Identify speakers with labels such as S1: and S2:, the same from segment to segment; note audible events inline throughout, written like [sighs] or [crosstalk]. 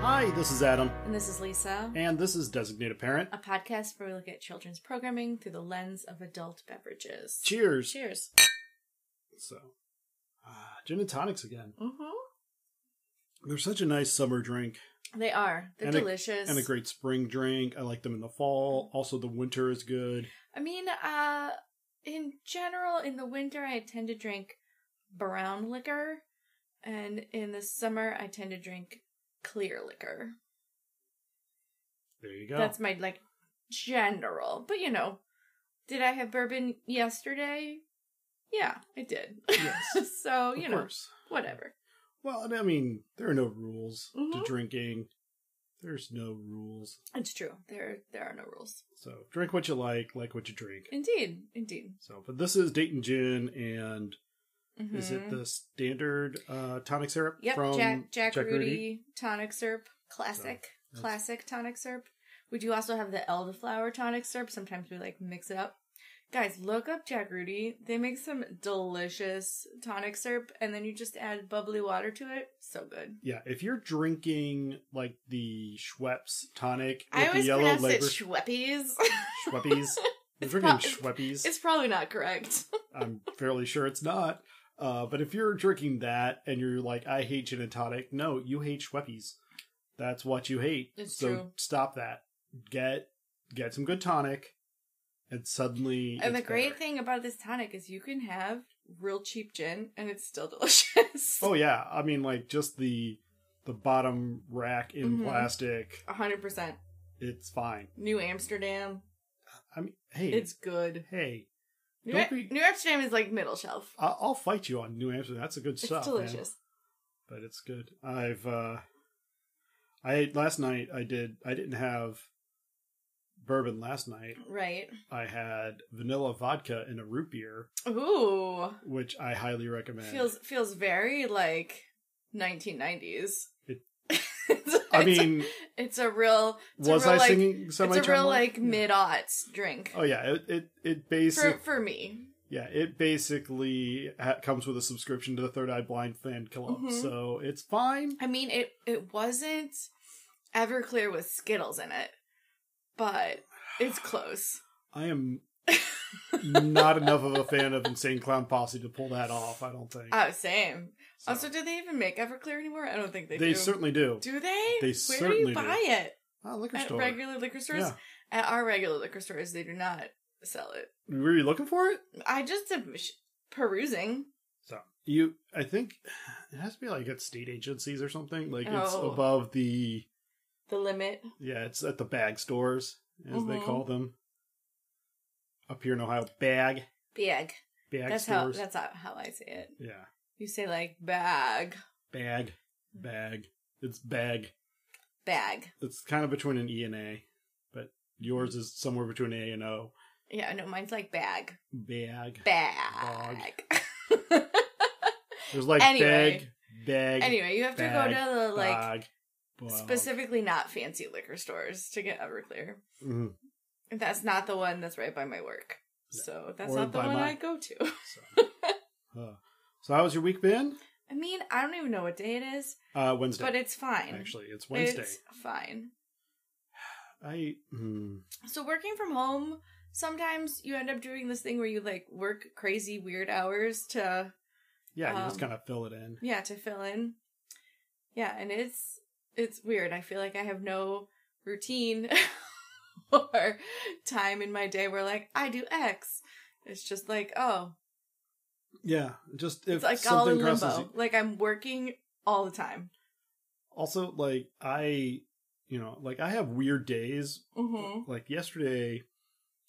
S1: Hi, this is Adam,
S2: And this is Lisa,
S1: and this is Designated Parent.
S2: a podcast where we look at children's programming through the lens of adult beverages.
S1: Cheers.
S2: Cheers.
S1: So, ah, gin and tonics again.
S2: Mm-hmm.
S1: They're such a nice summer drink
S2: They are. They're
S1: And a-
S2: delicious.
S1: and a great spring drink. I like them in the fall. Also, the winter is good.
S2: I mean, uh, in general, in the winter, I tend to drink brown liquor, and in the summer, I tend to drink clear liquor.
S1: There you go.
S2: That's my like general. But you know, did I have bourbon yesterday? Yeah, I did.
S1: Yes.
S2: [laughs] so
S1: of
S2: you know,
S1: course.
S2: whatever.
S1: Well, and I mean, there are no rules to
S2: Mhm.
S1: drinking. There's no rules.
S2: It's true. There, there are no rules.
S1: So, drink what you like, like what you drink.
S2: Indeed, indeed.
S1: So, but this is Dayton Gin, and is it
S2: Mhm.
S1: the standard uh, tonic syrup
S2: Yep,
S1: from
S2: Jack Jack, Rudy,
S1: Rudy?
S2: tonic syrup, classic,
S1: that's-
S2: classic tonic syrup. We do also have the elderflower tonic syrup. Sometimes we like mix it up. Guys, look up Jack Rudy. They make some delicious tonic syrup, and then you just add bubbly water to it. So good.
S1: Yeah, if you're drinking like the Schweppes tonic with
S2: I
S1: the
S2: always
S1: yellow
S2: pronounce it
S1: label, [laughs]
S2: Schweppes. [laughs]
S1: Schweppies. You're
S2: It's
S1: drinking
S2: not-
S1: Schweppies.
S2: it's probably not correct.
S1: I'm fairly sure it's not. Uh, but if you're drinking that and you're like, I hate gin and tonic, no, you hate Schweppies. That's what you hate.
S2: It's
S1: so
S2: true.
S1: stop that. Get get some good tonic, and suddenly.
S2: And the
S1: it's
S2: great
S1: better.
S2: thing about this tonic is you can have real cheap gin, and it's still delicious.
S1: Oh yeah, I mean like just the the bottom rack in
S2: Mhm.
S1: plastic.
S2: hundred percent.
S1: It's fine.
S2: New Amsterdam.
S1: I mean, hey,
S2: It's good.
S1: hey,
S2: New,
S1: Don't be-
S2: New Amsterdam is like middle shelf.
S1: I- I'll fight you on New Amsterdam. That's a good
S2: It's
S1: stuff. man.
S2: delicious.
S1: but it's good. I've uh, I ate last night. I did. I didn't have bourbon last night.
S2: Right.
S1: I had vanilla vodka in a root beer,
S2: Ooh.
S1: which I highly recommend.
S2: Feels feels very like 1990s.
S1: It-
S2: [laughs] It's-
S1: I
S2: it's a-
S1: mean,
S2: it's a real. It's
S1: was
S2: a real,
S1: I
S2: like,
S1: singing
S2: It's
S1: semi
S2: a real like mid aughts drink
S1: Oh yeah, it it, it basically
S2: for for me.
S1: yeah it basically ha- comes with a subscription to the Third Eye Blind fan club,
S2: Mhm.
S1: so it's fine.
S2: I mean it. It wasn't Everclear with Skittles in it, but
S1: [sighs]
S2: it's close.
S1: I
S2: [laughs]
S1: am not enough of a fan of Insane Clown Posse to pull that off. I don't think.
S2: Oh, same.
S1: So-
S2: Also, do they even make Everclear anymore? I don't think they,
S1: they
S2: do.
S1: certainly do.
S2: do they?
S1: they
S2: Where do
S1: certainly do.
S2: you buy it?
S1: Ah, liquor
S2: At
S1: store.
S2: regular liquor stores?
S1: Yeah.
S2: At our regular liquor stores, they do not sell it.
S1: Were you looking for it?
S2: I just am sh- perusing.
S1: So you, I think it has to be like at state agencies or something. Like it's
S2: Oh.
S1: above the
S2: The limit.
S1: yeah, it's at the bag stores as they
S2: Mhm.
S1: call them up here in Ohio. Bag
S2: Bag.
S1: bag
S2: That's how
S1: stores.
S2: that's how, how I say it.
S1: yeah,
S2: You say like bag,
S1: bag, bag. It's bag.
S2: bag.
S1: It's kind of between an E and A, but yours
S2: Mm.
S1: is somewhere between A and O.
S2: Yeah, no, mine's like bag.
S1: Bag.
S2: Bag.
S1: There's like
S2: Anyway.
S1: bag, bag,
S2: [laughs] anyway, you have to
S1: Bag.
S2: go to the like
S1: bag, bag.
S2: specifically not fancy liquor stores to get Everclear.
S1: [laughs] Mhm.
S2: That's not the one that's right by my work.
S1: Yeah.
S2: So that's
S1: Or
S2: not the
S1: by
S2: one
S1: mine.
S2: I go to. [laughs]
S1: So, uh, so how has your week been?
S2: I mean, I don't even know what day it is,
S1: Uh, Wednesday.
S2: but it's fine.
S1: Actually, it's Wednesday.
S2: It's fine.
S1: I mm,
S2: So working from home, sometimes you end up doing this thing where you like work crazy weird hours to
S1: yeah, you just
S2: Um,
S1: kind of fill it in.
S2: yeah, to fill in. Yeah, and it's it's weird. I feel like I have no routine [laughs] or time in my day where like I do X. It's just like, oh,
S1: Yeah, just if
S2: it's like all
S1: something
S2: in
S1: crosses.
S2: limbo.
S1: you-
S2: Like I'm working all the time.
S1: Also, like I, you know, like I have weird days.
S2: Mhm.
S1: Like yesterday,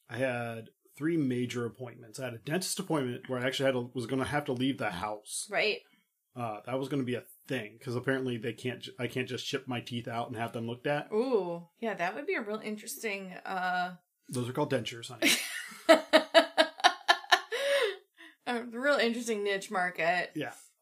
S1: I had three major appointments. I had a dentist appointment where I actually had to, was going to have to leave the house.
S2: Right.
S1: Uh, that was going to be a thing because apparently they can't. ju- I can't just chip my teeth out and have them looked at.
S2: Ooh, yeah, that would be a real interesting. uh
S1: Those are called dentures, honey.
S2: [laughs] A real interesting niche market.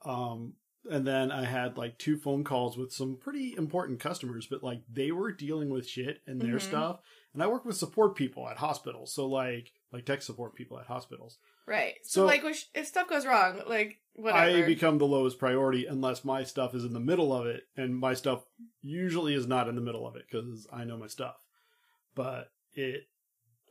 S1: um, and then I had like two phone calls with some pretty important customers, but like they were dealing with shit and their
S2: Mhm.
S1: stuff. And I work with support people at hospitals, so like like tech support people at hospitals.
S2: Right. So,
S1: So-
S2: like, wish- if stuff goes wrong, like, whatever.
S1: I become the lowest priority unless my stuff is in the middle of it, and my stuff usually is not in the middle of it because I know my stuff. But it,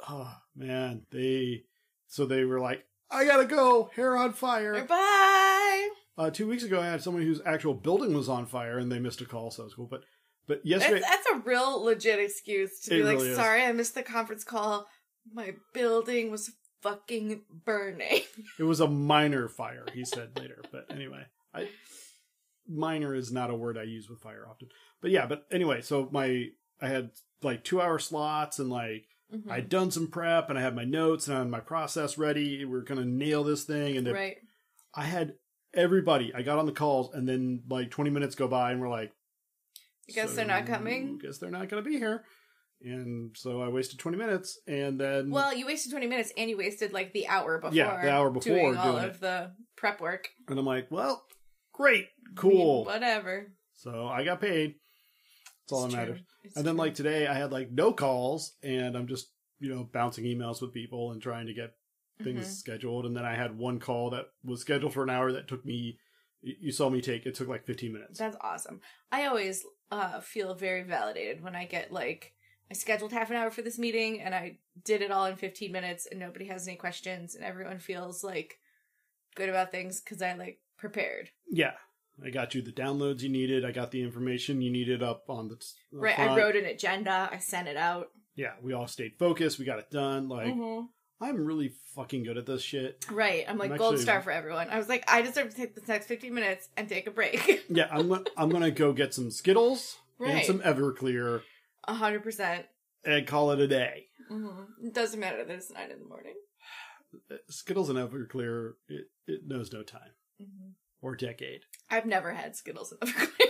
S1: oh man, they so they were like, I gotta go, hair on fire.
S2: Bye.
S1: Uh, two weeks ago, I had someone whose actual building was on fire, and they missed a call, so it was cool. But but yesterday,
S2: That's, that's a real legit excuse to be
S1: It
S2: like,
S1: really is.
S2: sorry, I missed the conference call. My building was fucking burning.
S1: It was a minor fire, he said later. But anyway, I minor is not a word I use with fire often. But yeah, but anyway, so my I had like two hour slots and like
S2: [laughs] Mhm.
S1: I'd done some prep and I had my notes and I had my process ready. We are gonna nail this thing and then
S2: right.
S1: I had everybody I got on the calls and then like twenty minutes go by and we're like
S2: I guess they're not coming.
S1: Guess they're not gonna be here. And so I wasted twenty minutes and then
S2: Well, you wasted 20 minutes and you wasted, like, the hour before.
S1: Yeah, the hour before
S2: Doing all
S1: doing
S2: of the prep work.
S1: and I'm like, Well, great,
S2: I mean,
S1: cool.
S2: whatever.
S1: So I got paid. That's all
S2: It's
S1: that
S2: true.
S1: matters.
S2: It's
S1: And then
S2: true.
S1: like today, I had like no calls, and I'm just you know bouncing emails with people and trying to get things
S2: Mhm.
S1: scheduled. And then I had one call that was scheduled for an hour that took me. y- You saw me take it took like 15 minutes.
S2: That's awesome. I always uh, feel very validated when I get like I scheduled half an hour for this meeting and I did it all in 15 minutes and nobody has any questions and everyone feels like good about things cuz I like prepared.
S1: yeah, I got you the downloads you needed. I got the information you needed up on the. s- the
S2: right, I
S1: front.
S2: wrote an agenda, I sent it out.
S1: Yeah, we all stayed focused. We got it done. Like
S2: Mhm.
S1: I'm really fucking good at this shit.
S2: Right. I'm like
S1: I'm
S2: gold
S1: actually-
S2: star for everyone. I was like I deserve to take the next 15 minutes and take a break. [laughs]
S1: Yeah, I'm gonna, I'm gonna go get some Skittles and
S2: right.
S1: some Everclear
S2: 100%.
S1: and call it a day.
S2: Mhm. It doesn't matter that it's 9 in the morning.
S1: Uh, Skittles and Everclear, it, it knows no time
S2: Mhm.
S1: or decade.
S2: I've never had Skittles [laughs] in Everclear.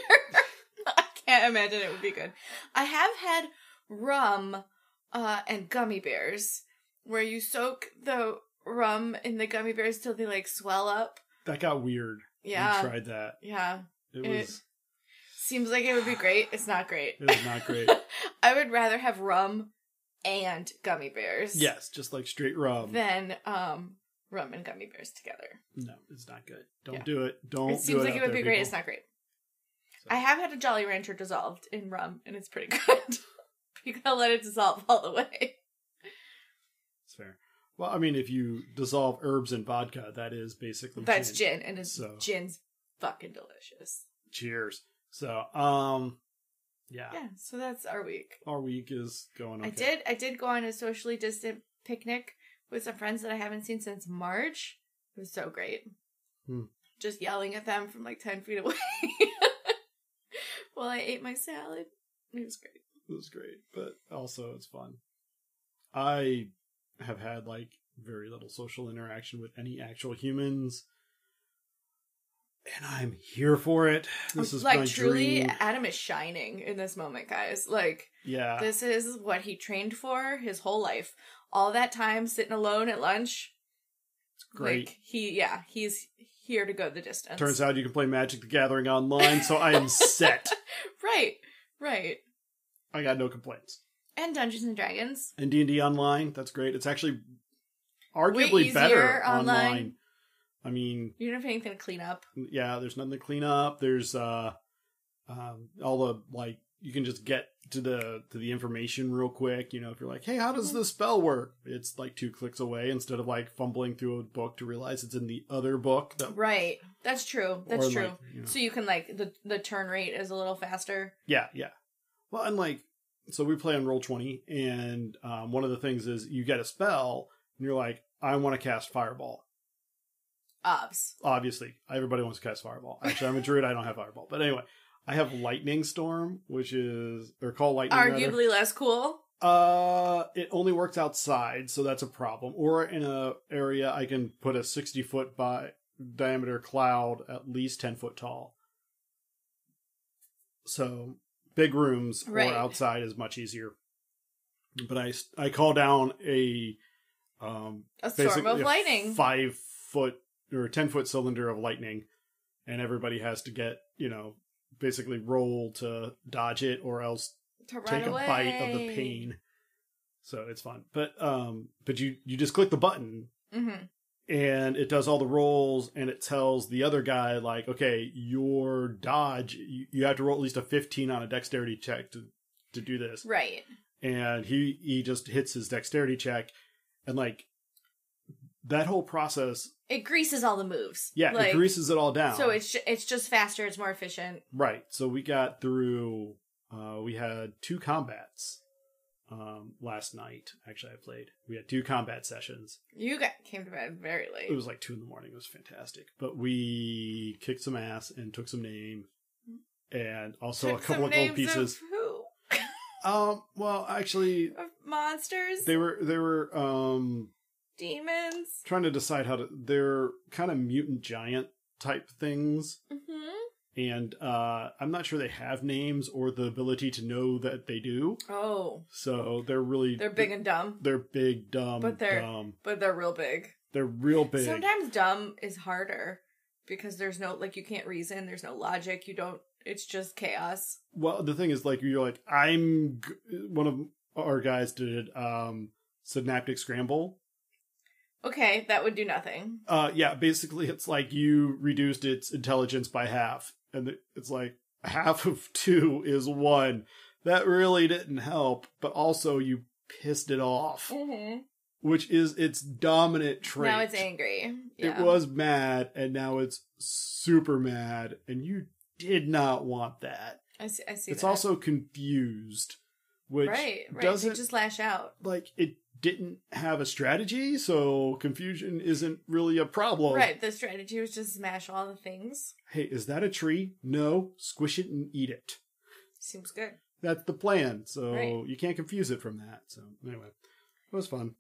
S2: I can't imagine it would be good. I have had rum uh, and gummy bears, where you soak the rum in the gummy bears till they like swell up.
S1: That got weird. We
S2: Yeah,
S1: tried that.
S2: yeah.
S1: It
S2: It-
S1: was
S2: Seems like it would be great. It's not great.
S1: it was
S2: [laughs]
S1: not great.
S2: I would rather have rum and gummy bears.
S1: yes, just like straight rum.
S2: Than um rum and gummy bears together.
S1: no, it's not good. Don't
S2: Yeah.
S1: do it. Don't.
S2: it seems
S1: do it
S2: like
S1: out
S2: it would
S1: there,
S2: be great.
S1: people.
S2: It's not great.
S1: So-
S2: I have had a Jolly Rancher dissolved in rum, and it's pretty [laughs] good. you gotta let it dissolve all the way.
S1: It's fair. Well, I mean, if you dissolve herbs in vodka, that is basically
S2: That's gin, and it's
S1: So-
S2: gin's fucking delicious.
S1: Cheers. So, um, yeah,
S2: Yeah, so that's our week.
S1: our week is going. Okay.
S2: I did I did go on a socially distant picnic with some friends that I haven't seen since March. It was so great.
S1: Hmm.
S2: Just yelling at them from like ten feet away [laughs] while I ate my salad. It was great.
S1: It was great, but also it's fun. I have had like very little social interaction with any actual humans, and I'm here for it. This is
S2: like
S1: my
S2: truly, uh,
S1: dream.
S2: Adam is shining in this moment, guys. Like
S1: Yeah,
S2: This is what he trained for his whole life. All that time sitting alone at lunch.
S1: it's great.
S2: Like he yeah, he's here to go the distance.
S1: Turns out you can play Magic the Gathering online, so I
S2: [laughs]
S1: am set.
S2: Right. Right.
S1: I got no complaints.
S2: And Dungeons and Dragons.
S1: And D and D online, that's great. It's actually arguably
S2: Way easier
S1: better
S2: online.
S1: online. I mean,
S2: You don't have anything to clean up.
S1: yeah there's nothing to clean up there's uh um all the like you can just get to the to the information real quick you know if you're like hey how does this spell work it's like two clicks away instead of like fumbling through a book to realize it's in the other book that
S2: Right. That's true. That's
S1: or,
S2: true.
S1: like, you know.
S2: So you can like the the turn rate is a little faster.
S1: yeah yeah well and like so we play on roll 20 and um, one of the things is you get a spell and you're like i want to cast fireball
S2: Obs.
S1: obviously everybody wants to cast fireball actually i'm a druid i don't have fireball but anyway i have lightning storm which is or call lightning rather.
S2: Arguably less cool.
S1: uh it only works outside so that's a problem or in a area i can put a 60 foot by diameter cloud at least 10 foot tall So big rooms
S2: Right.
S1: or outside is much easier. But I I call down a um
S2: A storm of
S1: a
S2: lightning.
S1: five foot or ten foot cylinder of lightning, and everybody has to get you know basically roll to dodge it or else
S2: to run
S1: take
S2: away.
S1: a bite of the pain. So it's fun. But um but you you just click the button
S2: Mhm.
S1: and it does all the rolls and it tells the other guy like okay, your dodge you, you have to roll at least a 15 on a dexterity check to to do this.
S2: Right.
S1: And he he just hits his dexterity check and like that whole process
S2: It greases all the moves.
S1: yeah,
S2: Like,
S1: it greases it all down.
S2: So it's ju- it's just faster. It's more efficient.
S1: Right. So we got through. Uh, we had two combats um, last night. Actually, I played. We had two combat sessions.
S2: You got came to bed very late.
S1: It
S2: [laughs]
S1: was like two in the morning. It was fantastic. But we kicked some ass and took some name, and also
S2: Took
S1: a couple
S2: some
S1: of gold
S2: names
S1: pieces.
S2: Of who?
S1: Um. Well, actually,
S2: Of monsters,
S1: they were they were um
S2: demons.
S1: trying to decide how to. They're kind of mutant giant type things.
S2: hmm
S1: And uh, I'm not sure they have names or the ability to know that they do.
S2: Oh,
S1: So they're really
S2: they're big and dumb,
S1: they're big, dumb,
S2: But they're-
S1: dumb.
S2: but they're real big.
S1: They're real big.
S2: Sometimes dumb is harder because there's no like you can't reason. There's no logic. You don't. It's just chaos.
S1: well, the thing is, like you're like I'm g- one of our guys did um synaptic scramble.
S2: Okay, that would do nothing.
S1: Uh, yeah, basically it's like you reduced its intelligence by half, and it- it's like half of two is one. That really didn't help, but also you pissed it off,
S2: Mm-hmm.
S1: which is its dominant trait.
S2: Now it's angry. Yeah.
S1: It was mad, and now it's super mad, and you did not want that.
S2: I see. I see
S1: it's
S2: that.
S1: also confused, which
S2: right. Right.
S1: doesn't
S2: They just lash out.
S1: like it didn't have a strategy, so confusion isn't really a problem.
S2: Right. The strategy was just smash all the things.
S1: Hey, is that a tree? No, squish it and eat it.
S2: Seems good.
S1: That's the plan. So
S2: Right.
S1: you can't confuse it from that. So anyway, it was fun.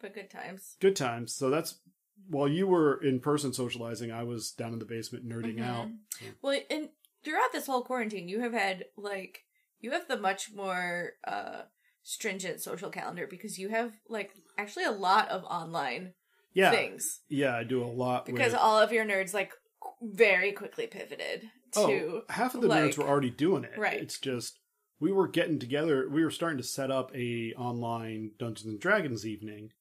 S2: But good times.
S1: Good times. So that's while you were in person socializing, I was down in the basement nerding
S2: Mhm.
S1: out.
S2: Well, and throughout this whole quarantine, you have had like you have the much more uh stringent social calendar because you have like actually a lot of online
S1: Yeah.
S2: things
S1: Yeah, I do a lot
S2: because
S1: with
S2: all of your nerds like qu- very quickly pivoted to
S1: Oh, half of the nerds
S2: like-
S1: were already doing it.
S2: Right.
S1: It's just we were getting together. We were starting to set up a online Dungeons and Dragons evening.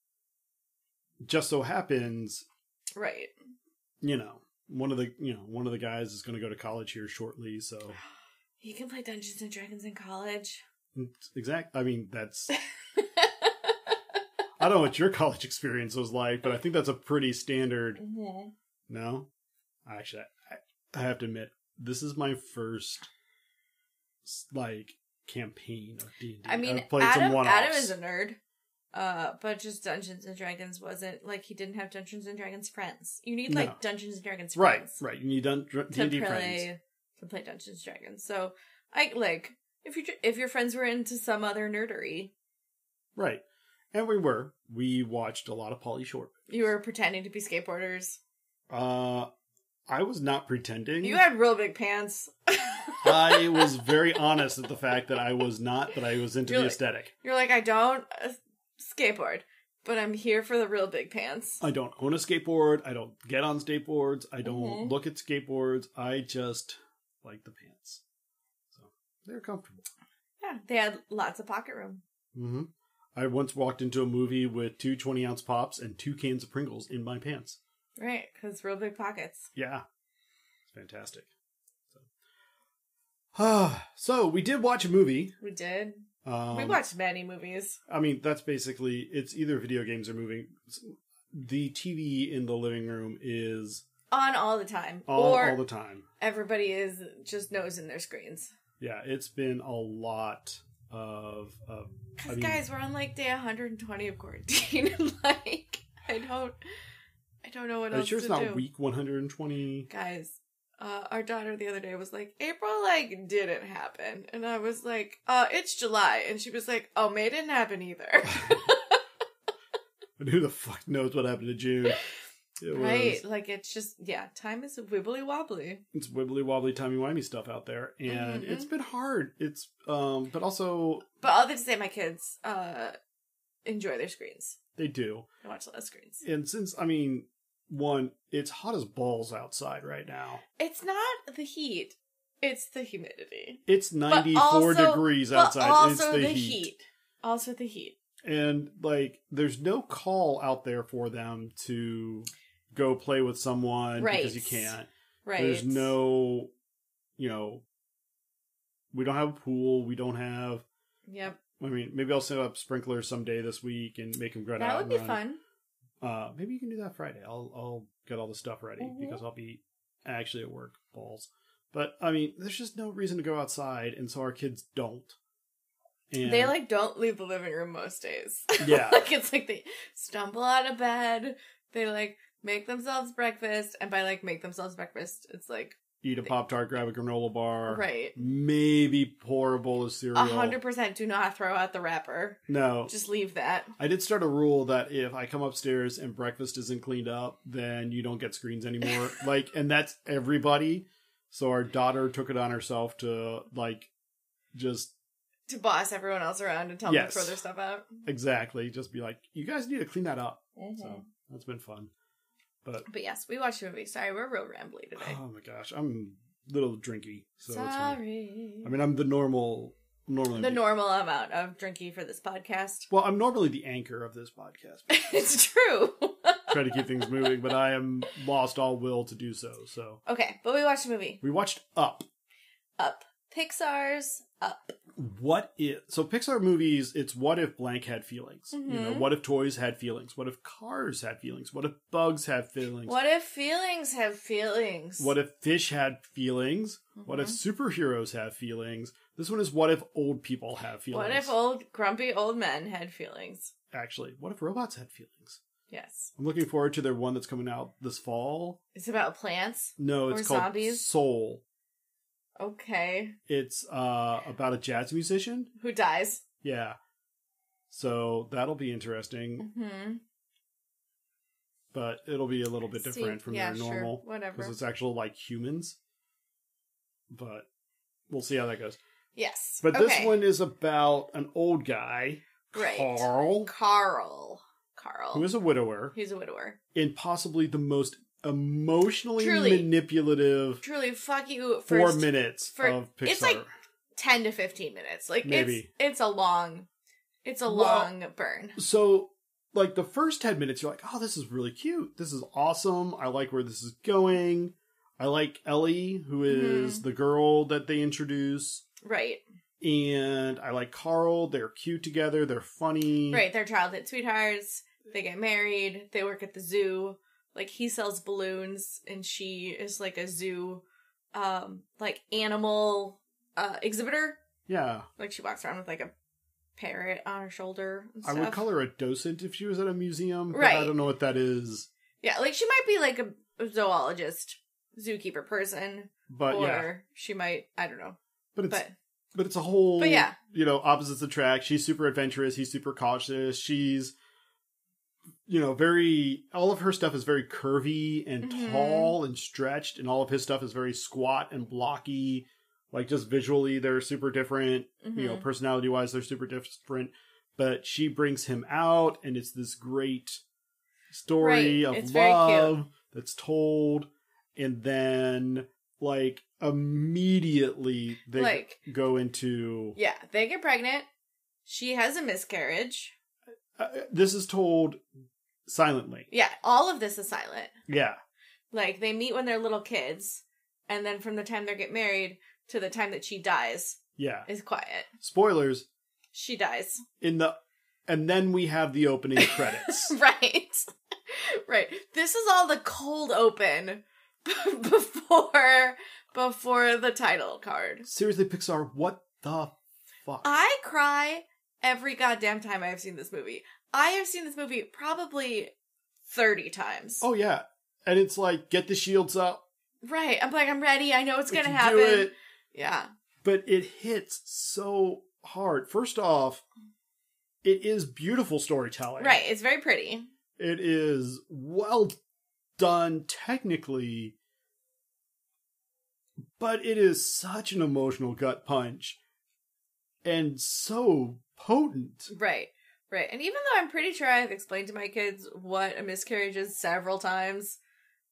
S1: Just so happens,
S2: right.
S1: you know, one of the you know one of the guys is going to go to college here shortly. So
S2: You can play Dungeons and Dragons in college.
S1: exact. I mean,
S2: [laughs]
S1: that's I don't know what your college experience was like, but I think that's a pretty standard.
S2: Mhm.
S1: No, actually, I, I have to admit, this is my first s- like campaign of D
S2: I mean,
S1: played some
S2: Adam,
S1: one-offs.
S2: Adam is a nerd, uh, but just Dungeons and Dragons wasn't like he didn't have Dungeons and Dragons friends. You need like
S1: No.
S2: Dungeons and Dragons
S1: Right,
S2: friends
S1: right. You need dun- dr-
S2: to
S1: D&D
S2: play
S1: friends.
S2: to play Dungeons and Dragons. So I like if you if your friends were into some other nerdery,
S1: Right. And we were. We watched a lot of Polly Short.
S2: you were pretending to be skateboarders.
S1: Uh, I was not pretending.
S2: You had real big pants.
S1: I was very honest at the fact that I was not, but I was into
S2: Really?
S1: the aesthetic.
S2: You're like I don't uh, skateboard, but I'm here for the real big pants.
S1: I don't own a skateboard. I don't get on skateboards. I don't
S2: Mhm.
S1: look at skateboards. I just like the pants. So they're comfortable.
S2: Yeah, they had lots of pocket room.
S1: hmm I once walked into a movie with two 20 ounce pops and two cans of Pringles in my pants.
S2: Right, because real big pockets.
S1: Yeah. It's fantastic. So. [sighs] so we did watch a movie.
S2: We did.
S1: Um,
S2: we watched many movies.
S1: I mean, that's basically it's either video games or movie. The TV in the living room is
S2: On all the time.
S1: all,
S2: or
S1: all the time.
S2: everybody is just nosing their screens.
S1: Yeah, it's been a lot of. of I
S2: Because,
S1: mean-
S2: guys, we're on like day 120 of quarantine. [laughs] like, I don't. I don't know what
S1: are you
S2: else
S1: sure
S2: to
S1: it's not
S2: do.
S1: week [laughs] 120?
S2: Guys, uh, our daughter the other day was like, April, like, didn't happen. And I was like, uh, it's July. And she was like, oh,
S1: [laughs]
S2: May didn't happen either. [laughs]
S1: But who the fuck knows what happened to June? It
S2: right.
S1: was
S2: Like it's just yeah, time is wibbly wobbly.
S1: it's wibbly wobbly timey wimey stuff out there, and
S2: Mhm.
S1: it's been hard. It's um, but also
S2: But all that to say my kids uh enjoy their screens.
S1: they do.
S2: They watch a lot of screens.
S1: And since I mean, one, it's hot as balls outside right now.
S2: It's not the heat, it's the humidity.
S1: It's ninety four
S2: also-
S1: degrees
S2: But
S1: outside.
S2: also
S1: it's
S2: the, heat. Also the heat.
S1: and like there's no call out there for them to go play with someone because you
S2: Right.
S1: can't
S2: Right.
S1: there's no you know we don't have a pool we don't have
S2: Yep.
S1: i mean maybe i'll set up sprinklers someday this week and make them go
S2: That
S1: out and
S2: would be
S1: run.
S2: fun.
S1: uh maybe you can do that friday i'll i'll get all the stuff ready
S2: Mhm.
S1: because i'll be actually at work balls but i mean there's just no reason to go outside and so our kids don't and
S2: They like don't leave the living room most days. [laughs]
S1: yeah
S2: like it's like they stumble out of bed, they like make themselves breakfast, and by like make themselves breakfast, it's like
S1: eat a pop tart grab a granola bar
S2: right.
S1: maybe pour a bowl of cereal.
S2: A hundred percent do not throw out the wrapper.
S1: No,
S2: Just leave that.
S1: I did start a rule that if I come upstairs and breakfast isn't cleaned up, then you don't get screens
S2: [laughs]
S1: anymore. like, and that's everybody. So our daughter took it on herself to like just
S2: To boss everyone else around and tell
S1: Yes.
S2: them to throw their stuff out.
S1: exactly just be like, you guys need to clean that up.
S2: Mm-hmm.
S1: So that's been fun. But
S2: But yes, we watched a movie. Sorry, we're real rambly today.
S1: oh my gosh, I'm a little drinky. So it's fine.
S2: Sorry.
S1: I mean, I'm the normal, normally
S2: the normal amount of drinking for this podcast. [laughs]
S1: Well, I'm normally the anchor of this podcast.
S2: it's true. [laughs]
S1: try to keep things moving, but I am lost all will to do so. So
S2: okay, but we watched a movie.
S1: we watched Up.
S2: Up. Pixar's Up.
S1: What if? So Pixar movies, it's what if blank had feelings? You know,
S2: Mhm.
S1: what if toys had feelings? What if cars had feelings? What if bugs had feelings?
S2: What if feelings have feelings?
S1: What if fish had feelings? What if
S2: Mm-hmm.
S1: superheroes have feelings? This one is what if old people have feelings?
S2: What if old grumpy old men had feelings?
S1: actually? What if robots had feelings?
S2: Yes.
S1: I'm looking forward to their one that's coming out this fall.
S2: It's about plants.
S1: No, it's
S2: Or
S1: called
S2: zombies?
S1: Soul.
S2: Okay.
S1: It's uh, about a jazz musician
S2: Who dies?
S1: Yeah. So that'll be interesting,
S2: hmm
S1: but it'll be a little bit
S2: See,
S1: different from
S2: yeah,
S1: their
S2: sure,
S1: normal.
S2: whatever.
S1: Because it's actual like humans. But we'll see how that goes.
S2: Yes.
S1: But this
S2: Okay.
S1: one is about an old guy,
S2: Right.
S1: Carl,
S2: Carl. Carl.
S1: who is a widower,
S2: He's a widower.
S1: in possibly the most emotionally
S2: Truly.
S1: manipulative
S2: Truly, fuck
S1: four
S2: you. First
S1: minutes
S2: fir-
S1: of Pixar.
S2: it's like ten to fifteen minutes. Like
S1: Maybe.
S2: it's it's a long, it's a
S1: Well-
S2: long burn.
S1: so like the first 10 minutes you're like oh this is really cute this is awesome i like where this is going i like ellie who is
S2: Mm-hmm.
S1: the girl that they introduce
S2: Right.
S1: and i like carl they're cute together they're funny
S2: Right. They're childhood sweethearts. They get married. They work at the zoo. Like he sells balloons, and she is like a zoo, um, like animal uh exhibitor.
S1: yeah
S2: Like she walks around with like a parrot on her shoulder. And
S1: i
S2: stuff.
S1: would call her a docent if she was at a museum but i
S2: Right.
S1: don't know what that is
S2: Yeah, like she might be like a zoologist, zookeeper person,
S1: but
S2: or
S1: yeah
S2: she might I don't know,
S1: but it's
S2: but
S1: but, it's a whole
S2: But yeah.
S1: you know opposites attract she's super adventurous he's super cautious she's you know, very all of her stuff is very curvy and
S2: Mhm.
S1: tall and stretched, and all of his stuff is very squat and blocky. Like just visually, they're super different. You know,
S2: mhm.
S1: personality wise, they're super different. But she brings him out, and it's this great story
S2: Right,
S1: of
S2: it's very cute.
S1: love that's told, and then like immediately they
S2: like
S1: go into
S2: yeah, they get pregnant. She has a miscarriage.
S1: uh, this is told silently.
S2: Yeah, all of this is silent.
S1: Yeah.
S2: Like they meet when they're little kids, and then from the time they get married to the time that she dies
S1: Yeah.
S2: is quiet.
S1: Spoilers
S2: She dies. [laughs]
S1: in the and then we have the opening credits.
S2: Right. [laughs] right. This is all the cold open [laughs] before before the title card.
S1: Seriously, Pixar, what the fuck?
S2: I cry every goddamn time I have seen this movie. I have seen this movie probably 30 times.
S1: oh yeah. And it's like get the shields up.
S2: Right. I'm like, I'm ready. I know it's
S1: we
S2: going to
S1: can
S2: happen.
S1: do it.
S2: Yeah.
S1: But it hits so hard. First off, it is beautiful storytelling.
S2: Right. It's very pretty.
S1: It is well done technically, but it is such an emotional gut punch and so potent.
S2: Right, right. And even though I'm pretty sure I've explained to my kids what a miscarriage is several times,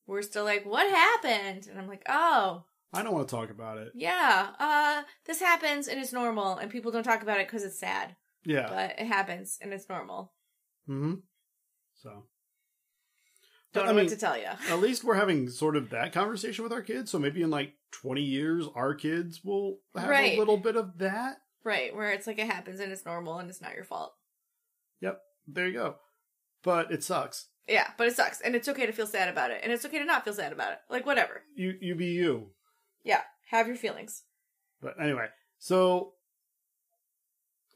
S2: we're still like, what happened? And I'm like, oh,
S1: I don't want to talk about it.
S2: yeah, uh, this happens and it's normal, and people don't talk about it because it's sad,
S1: Yeah.
S2: but it happens and it's normal.
S1: hmm So.
S2: Don't
S1: I
S2: know
S1: mean-
S2: what to tell you.
S1: [laughs] At least we're having sort of that conversation with our kids. So maybe in like 20 years, our kids will have a
S2: Right.
S1: little bit of that.
S2: [laughs] Right, where it's like it happens and it's normal and it's not your fault.
S1: There you go. But it sucks.
S2: Yeah, but it sucks, and it's okay to feel sad about it, and it's okay to not feel sad about it. Like whatever.
S1: You, you be you.
S2: Yeah, have your feelings.
S1: But anyway, so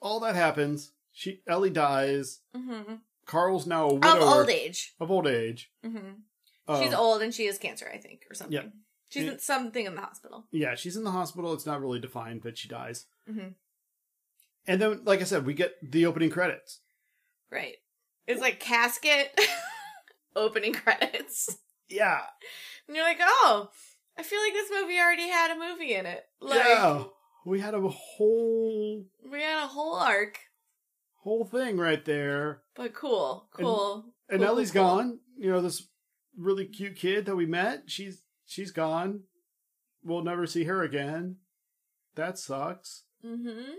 S1: all that happens. She Ellie dies.
S2: Mm-hmm.
S1: Carl's now a widower
S2: Of old age.
S1: Of old age.
S2: Mm-hmm.
S1: Um,
S2: She's old and she has cancer, I think, or something.
S1: Yeah.
S2: She's
S1: Yeah.
S2: in something in the hospital.
S1: Yeah, she's in the hospital. It's not really defined, but she dies.
S2: Mhm.
S1: And then, like I said, we get the opening credits.
S2: Right. It's like casket [laughs] opening credits.
S1: Yeah,
S2: And you're like, oh, I feel like this movie already had a movie in it. Like,
S1: yeah. We had a whole
S2: we had a whole arc,
S1: whole thing right there.
S2: but cool,
S1: And-
S2: cool.
S1: And
S2: cool,
S1: Ellie's
S2: cool, cool.
S1: gone. You know this really cute kid that we met. She's she's gone. We'll never see her again. That sucks.
S2: Mm-hmm.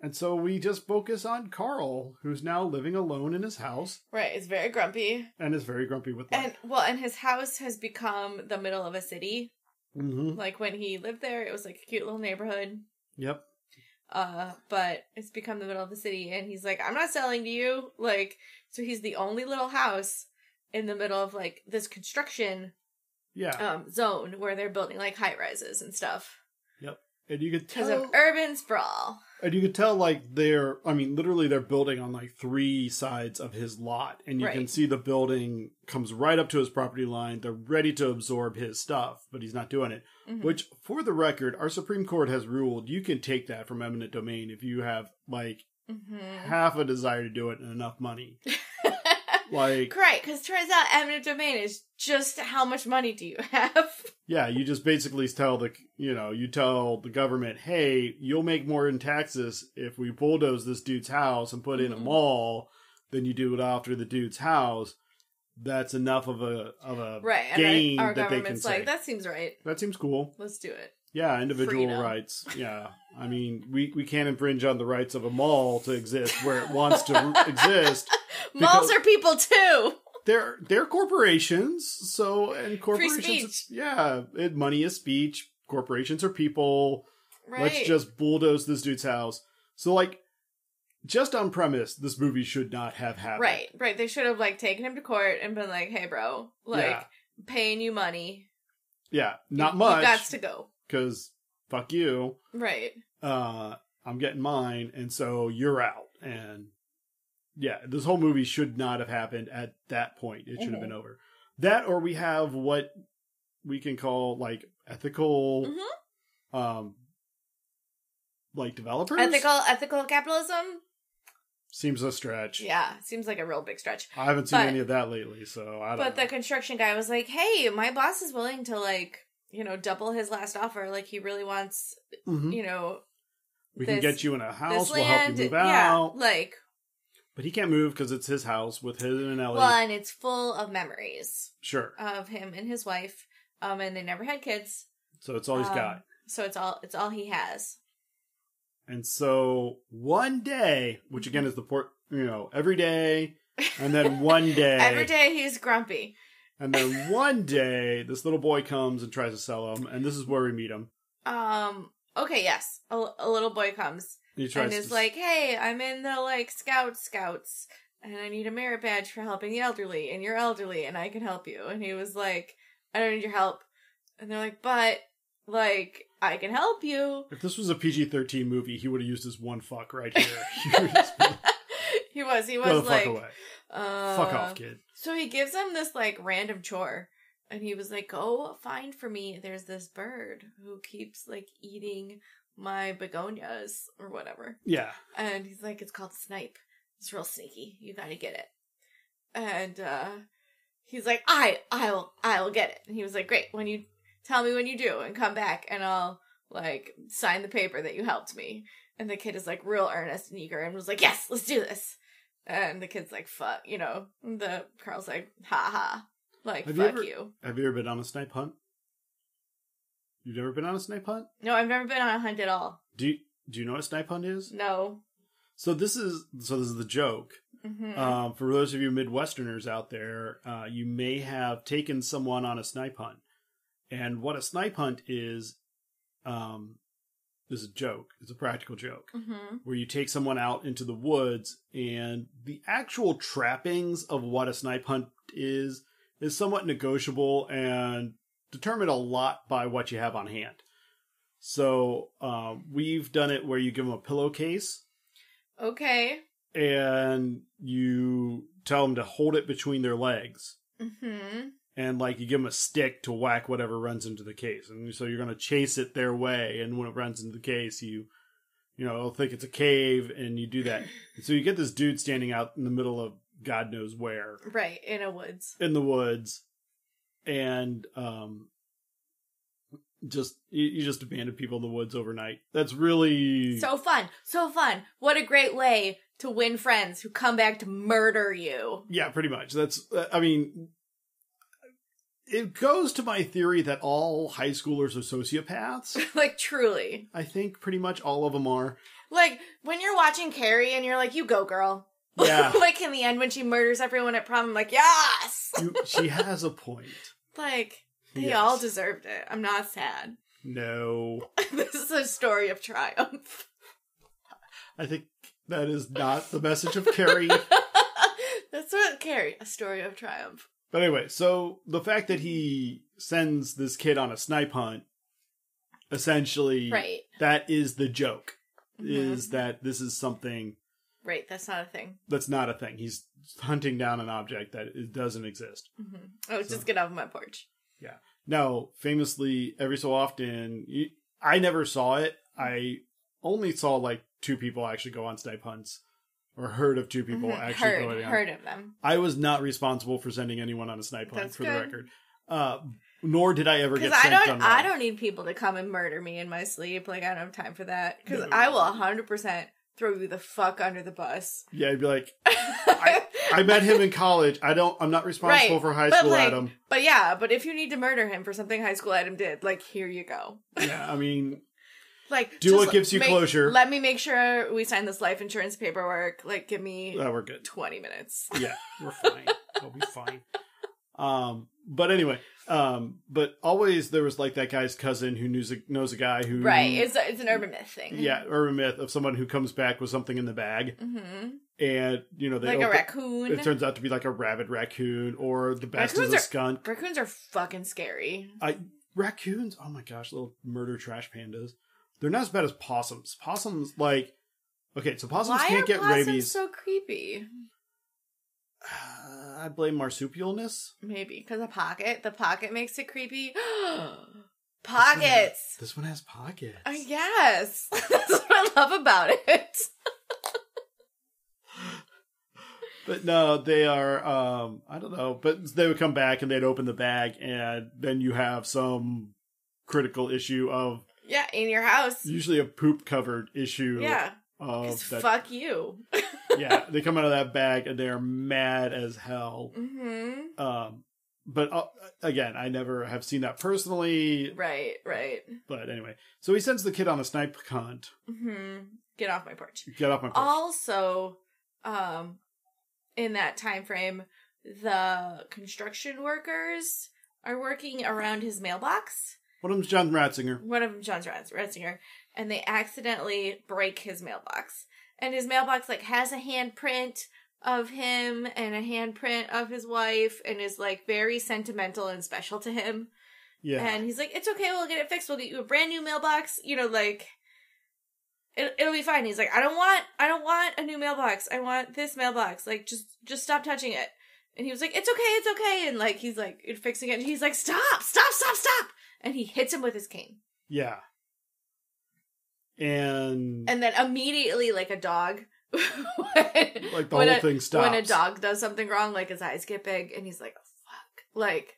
S1: And so we just focus on Carl, who's now living alone in his house
S2: Right. It's very grumpy.
S1: and is very grumpy with
S2: And
S1: life.
S2: well, and his house has become the middle of a city.
S1: hmm
S2: Like when he lived there, it was like a cute little neighborhood.
S1: Yep.
S2: Uh, but it's become the middle of the city, and he's like, "I'm not selling to you." Like, so he's the only little house in the middle of like this construction
S1: Yeah.
S2: um zone where they're building like high rises and stuff
S1: and you could
S2: because
S1: tell.
S2: of urban sprawl.
S1: and you could tell like they're. I mean, literally, they're building on like three sides of his lot, and you can
S2: Right.
S1: see the building comes right up to his property line. They're ready to absorb his stuff, but he's not doing it.
S2: Mhm.
S1: Which, for the record, our Supreme Court has ruled you can take that from eminent domain if you have like
S2: Mhm.
S1: half a desire to do it and enough
S2: [laughs]
S1: money. Like,
S2: Right, because turns out eminent domain is just how much money do you [laughs] have?
S1: Yeah, you just basically tell the you know you tell the government, hey, you'll make more in taxes if we bulldoze this dude's house and put in a
S2: Mhm.
S1: mall than you do it after the dude's house. That's enough of a of a
S2: right,
S1: Gain
S2: and our, our
S1: that they can
S2: government's like,
S1: say.
S2: "That seems right.
S1: that seems cool.
S2: Let's do it."
S1: Yeah, individual
S2: Freedom.
S1: rights. Yeah, I mean we we can't infringe on the rights of a mall to exist where it wants to
S2: [laughs]
S1: exist. Because-
S2: Malls are people too.
S1: They're they're corporations, so and corporations.
S2: speech.
S1: Yeah, it, money is speech. Corporations are people.
S2: Right.
S1: Let's just bulldoze this dude's house. So like just on premise, this movie should not have happened.
S2: Right, right. They should have like taken him to court and been like, "Hey, bro, like
S1: Yeah.
S2: paying you money,
S1: Yeah. Not
S2: You-
S1: much
S2: You got to go.
S1: because fuck you.
S2: Right,
S1: Uh I'm getting mine and so you're out. And yeah, this whole movie should not have happened at that point. It should have
S2: Mm-hmm.
S1: been over. That or we have what we can call like ethical um like developers
S2: Mm-hmm. ethical, ethical capitalism.
S1: seems a stretch.
S2: Yeah, seems like a real big stretch.
S1: I haven't seen
S2: But-
S1: any of that lately, so I don't
S2: But
S1: know.
S2: the construction guy was like, "Hey, my boss is willing to like, you know, double his last offer. Like, he really wants,
S1: Mhm.
S2: you know,
S1: We
S2: this,
S1: can get you in a house.
S2: this
S1: We'll
S2: land.
S1: help you move
S2: yeah,
S1: out.
S2: like,
S1: But he can't move because it's his house with his and Ellie.
S2: well, and it's full of memories
S1: Sure.
S2: of him and his wife. Um, and they never had kids,
S1: So it's all he's
S2: um,
S1: got.
S2: so it's all it's all he has.
S1: And so one day, which again
S2: mm-hmm.
S1: is the port, you know, every day,
S2: [laughs]
S1: and then one day,
S2: Every day he's grumpy.
S1: and then one day, this little boy comes and tries to sell him. And this is where we meet him.
S2: Um. Okay. Yes. A, a little boy comes
S1: He tries
S2: and
S1: to
S2: is like, "Hey, I'm in the like scout scouts, and I need a merit badge for helping the elderly, and you're elderly, and I can help you." And he was like, "I don't need your help." And they're like, "But like, I can help you."
S1: [laughs] if this was a PG 13 movie, he would have used his one fuck right here. [laughs] He would
S2: [laughs]
S1: have just been like,
S2: He was. He
S1: go the
S2: was
S1: fuck
S2: like,
S1: away.
S2: Uh,
S1: fuck off, kid.
S2: So he gives him this like random chore. And he was like, Go find for me. There's this bird who keeps like eating my begonias or whatever.
S1: Yeah.
S2: And he's like, it's called Snipe. It's real sneaky. You gotta get it. And uh he's like, I, I will, I will get it. And he was like, great. When you tell me when you do, and come back, and I'll like sign the paper that you helped me. And the kid is like real earnest and eager, and was like, yes, let's do this. And the kid's like, fuck, you know. And the Carl's like, ha ha, like
S1: Have you
S2: fuck
S1: ever-
S2: you.
S1: Have you ever been on a snipe hunt? You've never been on a snipe hunt?
S2: No, I've never been on a hunt at all.
S1: Do you, do you know what a snipe hunt is?
S2: No.
S1: So this is so this is the joke.
S2: hmm
S1: Um, for those of you Midwesterners out there, uh, you may have taken someone on a snipe hunt. And what a snipe hunt is, um, is a joke. It's a practical joke
S2: hmm
S1: where you take someone out into the woods, and the actual trappings of what a snipe hunt is is somewhat negotiable and determined a lot by what you have on hand. So um, we've done it where you give them a pillowcase
S2: Okay.
S1: and you tell them to hold it between their legs
S2: hmm
S1: and like you give them a stick to whack whatever runs into the case and so you're going to chase it their way and when it runs into the case you you know they'll think it's a cave and you do that so you get this dude standing out in the middle of god knows where
S2: Right in a woods.
S1: in the woods and um just you, you just abandon people in the woods overnight that's really
S2: So fun. So fun. What a great way to win friends who come back to murder you. [laughs]
S1: Yeah, pretty much. That's, I mean, it goes to my theory that all high schoolers are sociopaths.
S2: like truly.
S1: I think pretty much all of them are.
S2: Like when you're watching Carrie and you're like, you go girl.
S1: Yeah.
S2: [laughs] like in the end when she murders everyone at prom, I'm like, yes.
S1: [laughs]
S2: [laughs]
S1: You, she has a point.
S2: Like they
S1: Yes.
S2: all deserved it. I'm not sad. [laughs]
S1: No,
S2: this is a story of triumph. [laughs]
S1: I think that is not the message of
S2: [laughs]
S1: Carrie.
S2: That's what Carrie, a story of triumph.
S1: But anyway, so the fact that he sends this kid on a snipe hunt, essentially,
S2: Right.
S1: that is the joke.
S2: Mhm.
S1: Is that this is something
S2: Right, that's not a thing.
S1: that's not a thing. He's hunting down an object that it doesn't exist.
S2: hmm I was
S1: So-
S2: just getting off my porch.
S1: No, famously, every so often, you- I never saw it. I only saw like two people actually go on snipe hunts, or heard of two
S2: [laughs]
S1: people
S2: Mhm.
S1: actually
S2: heard,
S1: going on.
S2: heard of them.
S1: I was not responsible for sending anyone on a snipe hunt,
S2: That's
S1: for the
S2: good.
S1: record. Uh, nor did I ever
S2: Because
S1: get
S2: I
S1: sent on
S2: don't, I
S1: one.
S2: don't need people to come and murder me in my sleep. Like I don't have time for that. Because
S1: No.
S2: I will 100 percent throw you the fuck under the bus.
S1: Yeah, I'd be
S2: [laughs]
S1: like, I met him in college. I don't. I'm not responsible
S2: Right,
S1: for high
S2: but,
S1: school
S2: like-
S1: Adam.
S2: but yeah, but if you need to murder him for something high school Adam did, like here you go.
S1: Yeah, I mean,
S2: Like
S1: Do
S2: just
S1: what
S2: le-
S1: gives you
S2: make-
S1: closure.
S2: Let me make sure we sign this life insurance paperwork. Like give me
S1: uh, we're good.
S2: 20 minutes.
S1: yeah, we're fine. We'll be fine. Um, but anyway, um, but always there was like that guy's cousin who knows a, knows a guy who
S2: Right. It's a, it's an urban myth thing.
S1: Mm. yeah, urban myth of someone who comes back with something in the bag,
S2: hmm
S1: and you know they
S2: Like a
S1: open-
S2: raccoon.
S1: It turns out to be like a rabid raccoon, or the best is
S2: Raccoons
S1: a
S2: are-
S1: skunk.
S2: Raccoons are fucking scary.
S1: Raccoons, oh my gosh, little murder trash pandas. They're not as bad as possums. Possums, like, okay, so possums
S2: Why
S1: can't
S2: are
S1: get
S2: possums
S1: rabies.
S2: so creepy?
S1: Uh, [sighs] I blame marsupialness.
S2: Maybe because a pocket. The pocket makes it creepy. [gasps] Pockets.
S1: This one has pockets.
S2: Uh, yes, [laughs] that's what I love about it.
S1: But no, they are. Um, I don't know. But they would come back and they'd open the bag, and then you have some critical issue of
S2: Yeah, in your house.
S1: usually a poop covered issue.
S2: Yeah,
S1: Of
S2: 'cause
S1: that,
S2: fuck you.
S1: yeah, they come out of that bag and they are mad as hell.
S2: hmm
S1: Um, but uh, again, I never have seen that personally.
S2: Right, right.
S1: But anyway, so he sends the kid on a snipe hunt.
S2: hmm Get off my porch.
S1: Get off my porch.
S2: Also, um, in that time frame, the construction workers are working around his mailbox.
S1: One of them's John Ratzinger.
S2: one of them John's Rats- Ratzinger, and they accidentally break his mailbox. And his mailbox like has a handprint of him and a handprint of his wife and is like very sentimental and special to him.
S1: Yeah,
S2: And he's like, It's okay, we'll get it fixed, we'll get you a brand new mailbox, you know, like it, it'll be fine. He's like, I don't want I don't want a new mailbox. I want this mailbox. Like just just stop touching it. And he was like, It's okay, it's okay and like he's like fixing it and he's like, Stop, stop, stop, stop and he hits him with his cane.
S1: yeah. And,
S2: and then immediately like a dog [laughs]
S1: like the
S2: when
S1: whole
S2: a,
S1: thing stops.
S2: when a dog does something wrong like his eyes get big and he's like oh, fuck Like,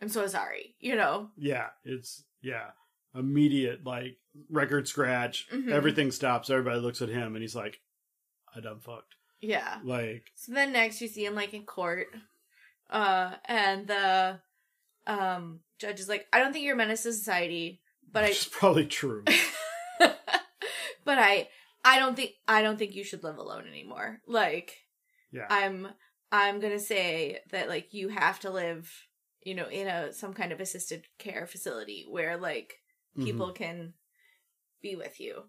S2: I'm so sorry, you know?
S1: Yeah, it's yeah, immediate like record scratch.
S2: Mhm.
S1: Everything stops. Everybody looks at him, and he's like, "I done fucked."
S2: Yeah.
S1: Like,
S2: So then next you see him like in court. Uh and the um judge is like, I don't think you're a menace to society, but I
S1: which is [laughs] probably
S2: [laughs]
S1: true.
S2: but I I don't think I don't think you should live alone anymore. Like
S1: Yeah.
S2: I'm I'm going to say that like you have to live, you know, in a some kind of assisted care facility where like
S1: Mm-hmm.
S2: people can be with you.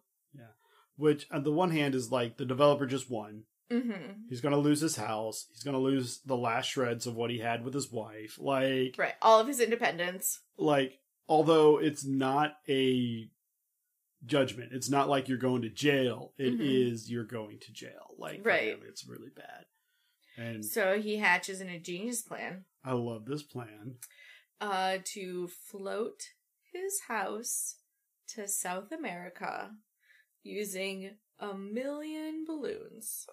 S1: Which, on the one hand, is like the developer just won.
S2: Mhm.
S1: He's gonna lose his house. He's gonna lose the last shreds of what he had with his wife. Like,
S2: Right. All of his independence.
S1: like although it's not a judgment it's not like you're going to jail It
S2: Mhm.
S1: is you're going to jail like for
S2: Right.
S1: him, it's really bad and
S2: So he hatches an ingenious plan.
S1: i love this plan
S2: uh, to float his house to South America using a million balloons.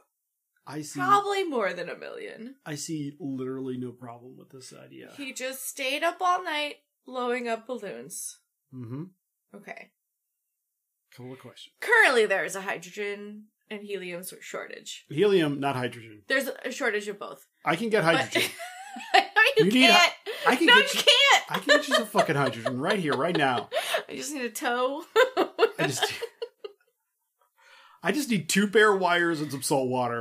S1: i see
S2: Probably more than a million.
S1: i see literally no problem with this idea
S2: He just stayed up all night blowing up balloons.
S1: mm-hmm
S2: Okay.
S1: couple of questions
S2: Currently, there is a hydrogen and helium s- shortage.
S1: helium not hydrogen
S2: There's a shortage of both.
S1: i can get
S2: But- [laughs]
S1: hydrogen
S2: no, you,
S1: You need hy-
S2: can't.
S1: I can
S2: no,
S1: get
S2: you
S1: you-
S2: can't.
S1: i can get you some fucking hydrogen right here right now
S2: I just need a [laughs] toe.
S1: i
S2: [laughs]
S1: just i just need two bare wires and some salt water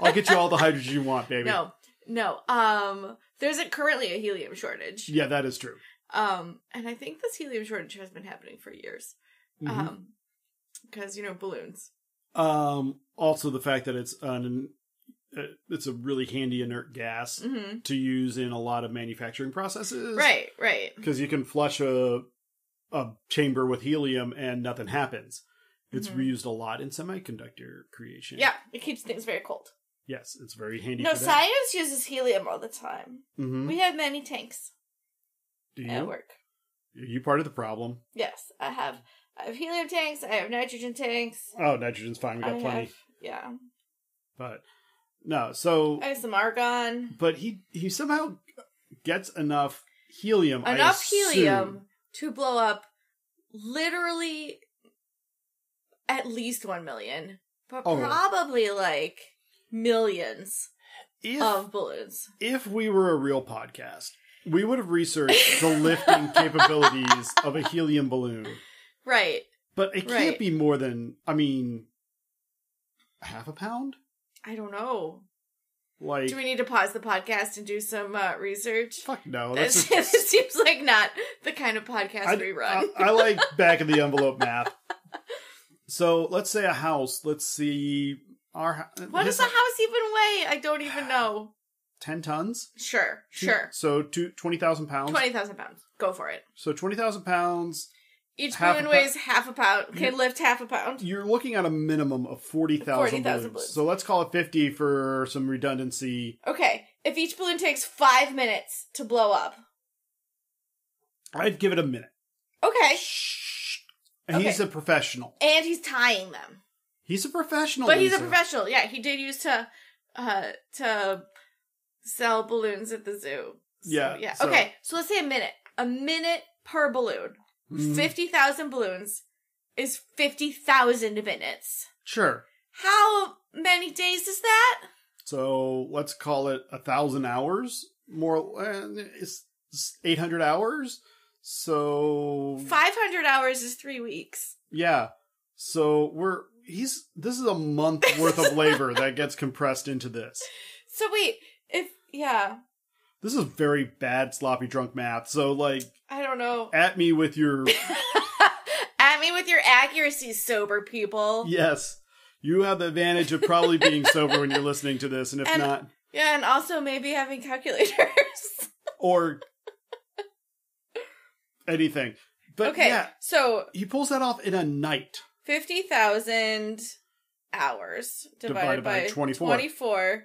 S1: i'll get you all the hydrogen you want baby
S2: no, no. Um, there isn't currently a helium shortage.
S1: yeah that is true
S2: Um, and I think this helium shortage has been happening for years.
S1: Mhm.
S2: Um, because you know balloons. Uh-huh.
S1: Um, also the fact that it's an uh, it's a really handy inert gas
S2: hmm
S1: to use in a lot of manufacturing processes,
S2: Right, right.
S1: Because you can flush a a chamber with helium and nothing happens. It's
S2: Mhm.
S1: reused a lot in semiconductor creation.
S2: Yeah, it keeps things very cold.
S1: Yes, it's very handy.
S2: No,
S1: for that.
S2: science uses helium all the time.
S1: hmm
S2: We have many tanks
S1: Do
S2: at
S1: you? Are
S2: work.
S1: you part of the problem?
S2: Yes, I have. I have helium tanks. I have nitrogen tanks.
S1: Oh, nitrogen's fine. We got
S2: I
S1: plenty.
S2: have yeah.
S1: But no, so
S2: I have some argon.
S1: but he he somehow gets enough helium. I
S2: Enough
S1: assume.
S2: helium to blow up literally at least one million, but
S1: Oh.
S2: probably like millions.
S1: If
S2: of balloons.
S1: if we were a real podcast, we would have researched the lifting [laughs] capabilities of a helium balloon.
S2: Right.
S1: But it can't
S2: Right.
S1: be more than, I mean, half a pound?
S2: I don't know.
S1: Like,
S2: Do we need to pause the podcast and do some uh, research?
S1: fuck
S2: [laughs]
S1: no.
S2: That
S1: That's
S2: seems,
S1: just,
S2: seems like not the kind of podcast
S1: I,
S2: we
S1: I,
S2: run.
S1: I like
S2: [laughs]
S1: back of the envelope math. So let's say a house. Let's see. Our hou-
S2: what does a
S1: his-
S2: house even weigh? I don't
S1: [sighs]
S2: even know.
S1: 10 tons?
S2: Sure, sure.
S1: So two, 20,000 pounds.
S2: Twenty thousand pounds. Go for it.
S1: So 20,000 pounds.
S2: Each
S1: Half a Mm.
S2: balloon
S1: pou-
S2: weighs half a pound. Can lift half a pound.
S1: You're looking at a minimum of 40,000
S2: 40,000
S1: balloons.
S2: balloons.
S1: So let's call it 50 for some redundancy.
S2: Okay. If each balloon takes five minutes to blow up.
S1: I'd give it a minute.
S2: Okay.
S1: Shh. And He's a
S2: Okay.
S1: professional.
S2: And he's tying them.
S1: He's a professional.
S2: But he's a
S1: Lisa.
S2: professional. Yeah, he did use to uh to sell balloons at the zoo. So,
S1: Yeah,
S2: Yeah.
S1: so-
S2: Okay. So let's say a minute. A minute per balloon.
S1: Mhm.
S2: thousand balloons is fifty thousand minutes.
S1: Sure.
S2: How many days is that?
S1: So let's call it a thousand hours. More, uh, it's eight hundred hours. So
S2: Five hundred hours is three weeks.
S1: yeah. So we're he's this is a
S2: [laughs]
S1: month worth of labor that gets compressed into this.
S2: So wait, if yeah,
S1: This is very bad sloppy drunk math. So like
S2: I don't know. [laughs]
S1: at me with your
S2: At me with your accuracy, sober people.
S1: yes. You have the advantage of probably being sober when you're listening to this, and if
S2: And-
S1: not,
S2: yeah and also maybe having calculators. [laughs]
S1: or anything. But
S2: okay,
S1: yeah,
S2: so
S1: he pulls that off in a night.
S2: fifty thousand hours divided,
S1: Divided by
S2: by,
S1: 24.
S2: 24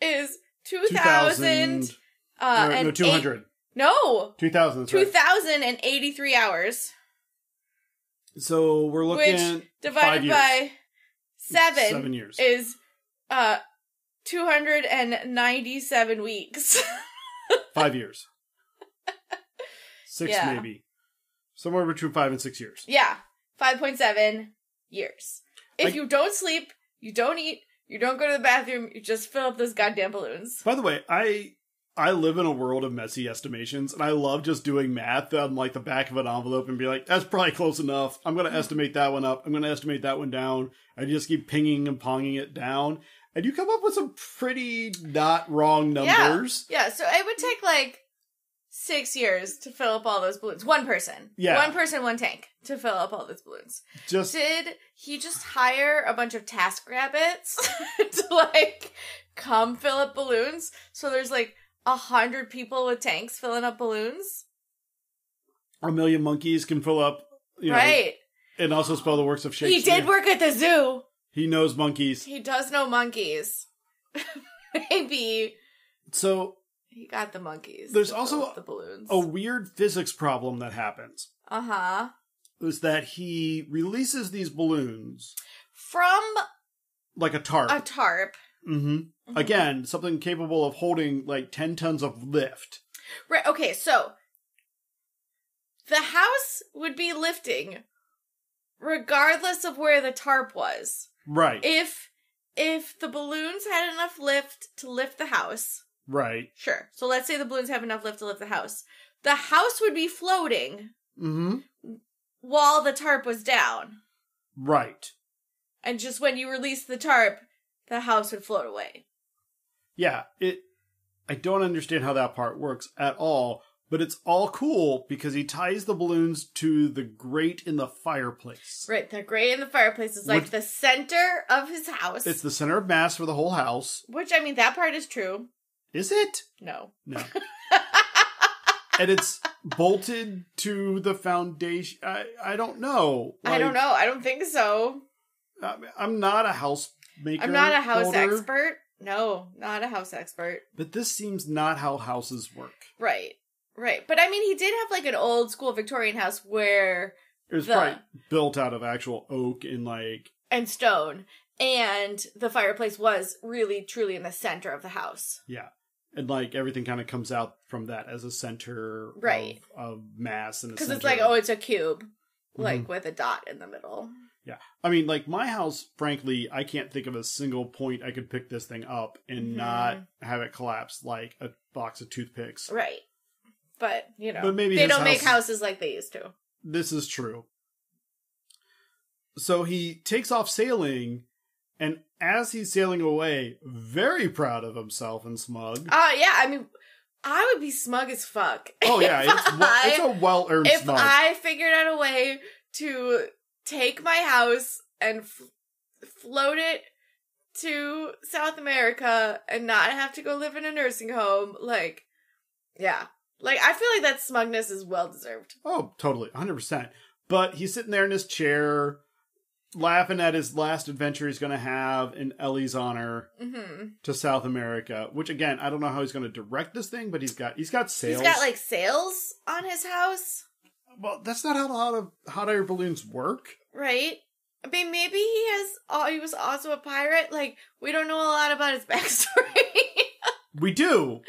S2: is two
S1: 2000.
S2: thousand uh,
S1: no,
S2: and
S1: no,
S2: eight-
S1: 200.
S2: no,
S1: 2000. that's
S2: two
S1: right.
S2: thousand and eighty-three hours
S1: So we're looking
S2: divided
S1: years.
S2: by seven,
S1: seven years.
S2: is [laughs] uh two hundred and ninety-seven weeks. [laughs]
S1: five years. Six
S2: Yeah.
S1: maybe. Somewhere between five and six years.
S2: Yeah, 5.7 years. If
S1: I-
S2: you don't sleep, you don't eat, you don't go to the bathroom, you just fill up those goddamn balloons.
S1: By the way, I I live in a world of messy estimations, and I love just doing math on like the back of an envelope and be like, that's probably close enough. I'm
S2: Mm-hmm.
S1: gonna estimate that one up. I'm gonna estimate that one down. I just keep pinging and ponging it down, and you come up with some pretty not wrong
S2: Yeah.
S1: numbers.
S2: Yeah, so it would take like six years to fill up all those balloons. One person.
S1: Yeah.
S2: One person, one tank to fill up all those balloons.
S1: Just
S2: Did he just hire a bunch of task rabbits [laughs] to like come fill up balloons? So there's like a hundred people with tanks filling up balloons?
S1: a million monkeys can fill up, you know,
S2: right.
S1: and also spell the works of
S2: He
S1: Shakespeare.
S2: did work at the zoo.
S1: He knows monkeys.
S2: He does know monkeys. [laughs] Maybe
S1: So
S2: he got the monkeys.
S1: There's
S2: to fill
S1: also
S2: up the balloons.
S1: a weird physics problem that happens
S2: Uh huh.
S1: is that he releases these balloons
S2: From
S1: like a tarp.
S2: a Mm-hmm. tarp.
S1: hmm Again, something capable of holding like 10 tons of lift.
S2: Right. Okay. So the house would be lifting, regardless of where the tarp was.
S1: Right.
S2: If if the balloons had enough lift to lift the house,
S1: right.
S2: sure. So let's say the balloons have enough lift to lift the house. The house would be floating
S1: hmm
S2: while the tarp was down.
S1: Right.
S2: and just when you release the tarp, the house would float away.
S1: Yeah, it I don't understand how that part works at all, but it's all cool because he ties the balloons to the grate in the fireplace.
S2: Right, the grate in the fireplace is like
S1: Which-
S2: the center of his house.
S1: It's the center of mass for the whole house.
S2: which I mean, that part is true.
S1: Is it?
S2: No, [laughs]
S1: No. and it's bolted to the foundation. I, I don't know.
S2: I don't
S1: Like,
S2: know. I don't think so.
S1: I'm- I'm not a house maker.
S2: I'm not a house
S1: builder,
S2: expert. No, not a house expert.
S1: But this seems not how houses work.
S2: Right, right. But I mean, he did have like an old school Victorian house where
S1: It was
S2: The-
S1: probably built out of actual oak and like
S2: and stone, and the fireplace was really truly in the center of the house.
S1: and like everything kind of comes out from that as a center of-
S2: Right.
S1: of, mass and a
S2: Because it's like,
S1: center
S2: oh,
S1: of-
S2: it's a cube, like
S1: Mhm.
S2: with a dot in the middle.
S1: I mean, like my house. Frankly, I can't think of a single point I could pick this thing up and
S2: Mhm.
S1: not have it collapse like a box of toothpicks.
S2: Right. But, you know,
S1: But maybe
S2: they
S1: his
S2: don't make
S1: house-
S2: houses like they used to.
S1: This is true. So he takes off sailing, and as he's sailing away, very proud of himself and smug.
S2: Uh yeah, I mean I would be smug as fuck.
S1: Oh
S2: [laughs]
S1: yeah,
S2: if
S1: it's, well, it's a well earned
S2: if
S1: smug.
S2: I figured out a way to take my house and f- float it to South America and not have to go live in a nursing home, like yeah. Like I feel like that smugness is well deserved.
S1: Oh, totally, hundred percent. But he's sitting there in his chair, laughing at his last adventure he's going to have in Ellie's honor
S2: Mhm.
S1: to South America. Which again, I don't know how he's going to direct this thing, but he's got he's got
S2: He's
S1: sails.
S2: got like sails on his house.
S1: well, that's not how a lot of hot air balloons work.
S2: Right? I mean, maybe he has. Oh, he was also a pirate. Like we don't know a lot about his [laughs] backstory.
S1: We do.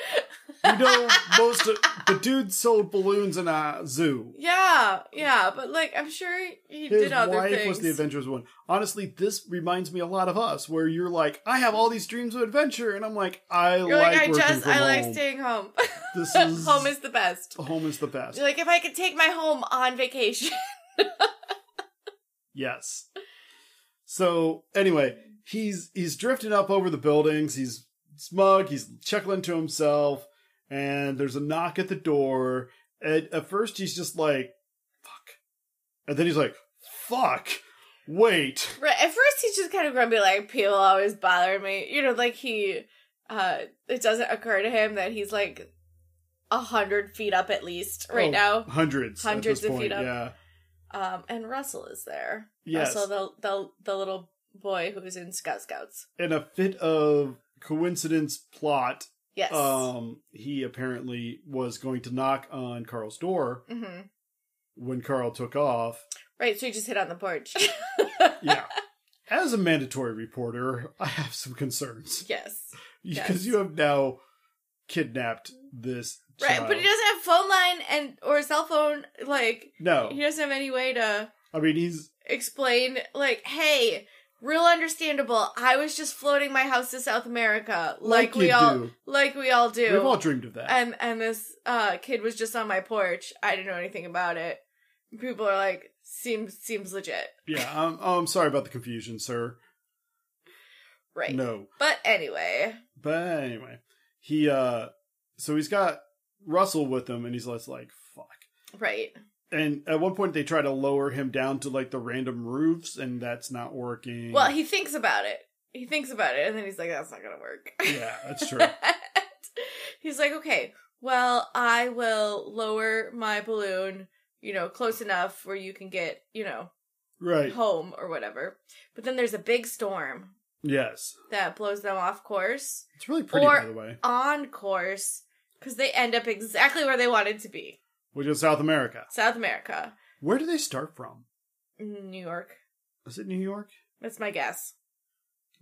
S1: We know most. Of, the dude sold balloons in a zoo.
S2: yeah, yeah, but like I'm sure he
S1: His
S2: did other
S1: wife
S2: things.
S1: was the adventurous one. Honestly, this reminds me a lot of us, where you're like, I have all these dreams of adventure, and I'm like, I
S2: You're
S1: like,
S2: like, I
S1: working
S2: just
S1: from
S2: I like
S1: home.
S2: staying home. [laughs]
S1: This is
S2: home is the best.
S1: home is the best.
S2: You're like if I could take my home on vacation. [laughs]
S1: Yes. So anyway, he's he's drifting up over the buildings. He's smug. He's chuckling to himself. And there's a knock at the door. And at first, he's just like, "Fuck," and then he's like, "Fuck, wait."
S2: right. At first, he's just kind of grumpy, like people always bother me. You know, like he. uh It doesn't occur to him that he's like a hundred feet up at least right
S1: Oh,
S2: now.
S1: hundreds, at
S2: Hundreds
S1: this
S2: of feet
S1: point,
S2: up.
S1: Yeah,
S2: Um, and Russell is there.
S1: Yes.
S2: Russell, the the the little boy who is in Scout Scouts.
S1: in a fit of coincidence plot,
S2: Yes.
S1: um, he apparently was going to knock on Carl's door
S2: hmm
S1: when Carl took off,
S2: Right. So he just hit on the porch.
S1: [laughs]
S2: [laughs]
S1: yeah. As a mandatory reporter, I have some concerns
S2: yes.
S1: because
S2: Yes.
S1: you have now kidnapped this
S2: Right, but he doesn't have phone line and or cell phone. Like
S1: No,
S2: he doesn't have any way to
S1: I mean he's
S2: explain. Like, hey, real understandable. I was just floating my house to South America, like,
S1: like,
S2: we
S1: you
S2: all,
S1: do.
S2: like we all do.
S1: We've all dreamed of that.
S2: and and this uh, kid was just on my porch. I didn't know anything about it. People are like, seems seems legit,
S1: yeah, I'm, oh, I'm sorry about the confusion, sir.
S2: right?
S1: No,
S2: But anyway,
S1: but anyway, he uh, so he's got Russell with him, and he's less like fuck.
S2: right?
S1: And at one point, they try to lower him down to like the random roofs, and that's not working.
S2: Well, he thinks about it. He thinks about it, and then he's like, that's not gonna work.
S1: yeah, that's
S2: [laughs]
S1: true.
S2: He's like, okay, well, I will lower my balloon, you know, close enough where you can get, you know, [laughs]
S1: right?
S2: home or whatever. But then there's a big storm
S1: Yes,
S2: that blows them off course,
S1: it's really pretty,
S2: Or-
S1: by the way.
S2: on course, because they end up exactly where they wanted to be
S1: Which is South America.
S2: South America,
S1: Where do they start from?
S2: New York.
S1: Is it New York?
S2: That's my guess.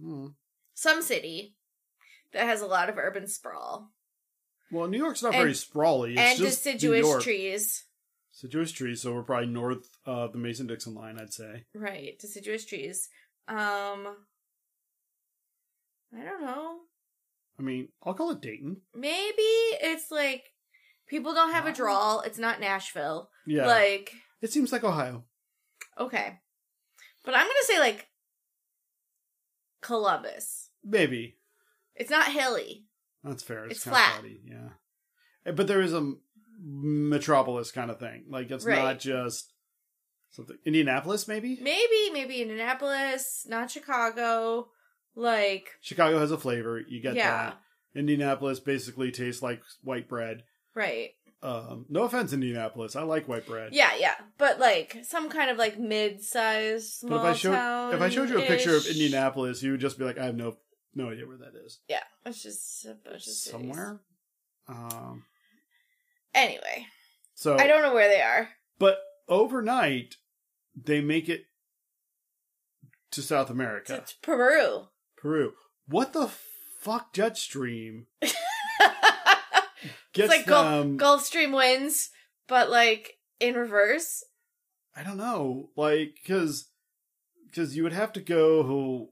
S1: Hmm.
S2: Some city that has a lot of urban sprawl
S1: Well, New York's not
S2: And-
S1: very sprawly. It's
S2: and
S1: just
S2: deciduous
S1: New York.
S2: trees.
S1: Deciduous trees, so we're probably north of the Mason Dixon line, I'd say.
S2: Right, deciduous trees. Um I don't know.
S1: I mean, I'll call it Dayton.
S2: Maybe it's like people don't have a
S1: Wow.
S2: drawl. It's not Nashville.
S1: Yeah.
S2: Like,
S1: it seems like Ohio.
S2: okay. But I'm going to say like Columbus.
S1: Maybe.
S2: It's not hilly.
S1: That's fair. It's,
S2: It's
S1: kind
S2: flat.
S1: of flatty, yeah. Eh, But there is a m- metropolis kind of thing. Like, it's
S2: Right.
S1: not just something. Indianapolis, maybe?
S2: Maybe maybe Indianapolis, not Chicago. Like
S1: Chicago has a flavor. You get
S2: yeah.
S1: that. Indianapolis basically tastes like white bread.
S2: Right.
S1: Um, no offense, Indianapolis. I like white bread.
S2: Yeah, yeah. But like some kind of like mid-sized small
S1: But if I showed if I showed you a picture of
S2: town-ish-
S1: Indianapolis, you would just be like, I have no no idea where that is.
S2: Yeah, it's just a bunch of cities.
S1: Somewhere. Um,
S2: Anyway,
S1: so
S2: I don't know where they are.
S1: but overnight they make it to South
S2: It's,
S1: America,
S2: it's Peru. [laughs]
S1: Peru. What the fuck, jet stream
S2: it's
S1: gets
S2: like
S1: them?
S2: Gulf, Gulf Stream winds, but like in reverse.
S1: I don't know, like because because you would have to go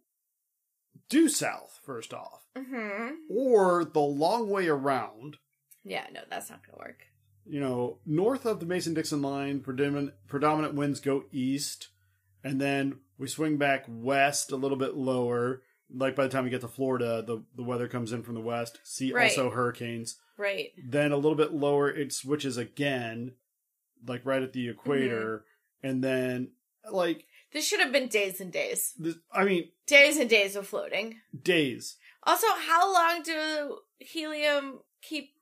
S1: due south first off,
S2: hmm
S1: or the long way around.
S2: Yeah, no, that's not gonna work.
S1: you know, north of the Mason Dixon line, predominant, predominant winds go east, and then we swing back west a little bit lower. Like by the time we get to Florida, the, the weather comes in from the west. See
S2: Right.
S1: also hurricanes.
S2: Right.
S1: Then a little bit lower, it switches again, like right at the equator,
S2: Mm-hmm.
S1: and then like
S2: This should have been days and days,
S1: this, I mean
S2: days and days of floating.
S1: days.
S2: Also, how long do helium keep?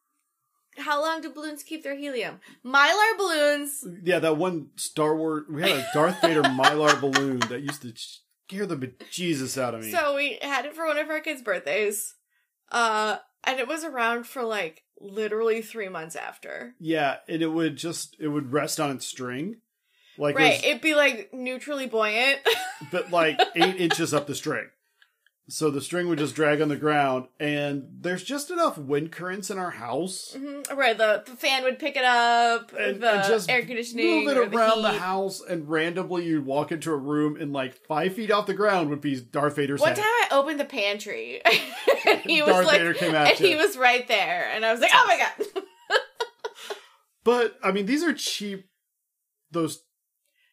S2: How long do balloons keep their helium? Mylar balloons.
S1: Yeah, that one Star Wars. We had a Darth Vader [laughs] Mylar balloon that used to scare the bejesus out of me.
S2: So we had it for one of our kids' birthdays. Uh and it was around for like literally 3 months after.
S1: Yeah, and it would just it would rest on its string, like it
S2: right,
S1: was-
S2: it'd be like neutrally buoyant. [laughs]
S1: but like eight inches up the string. So the string would just drag on the ground, and there's just enough wind currents in our house.
S2: Mhm, right, the the fan would pick it up,
S1: And,
S2: the
S1: and just
S2: air conditioning
S1: move it
S2: or the
S1: around the,
S2: heat.
S1: house, and randomly you'd walk into a room, and like five feet off the ground would be Darth Vader's
S2: One
S1: head.
S2: time I opened the pantry. [laughs] and he was
S1: Darth
S2: like
S1: Vader came
S2: and
S1: at
S2: he
S1: you.
S2: was right there and I was like, "Oh my god."
S1: but I mean, these are cheap. Those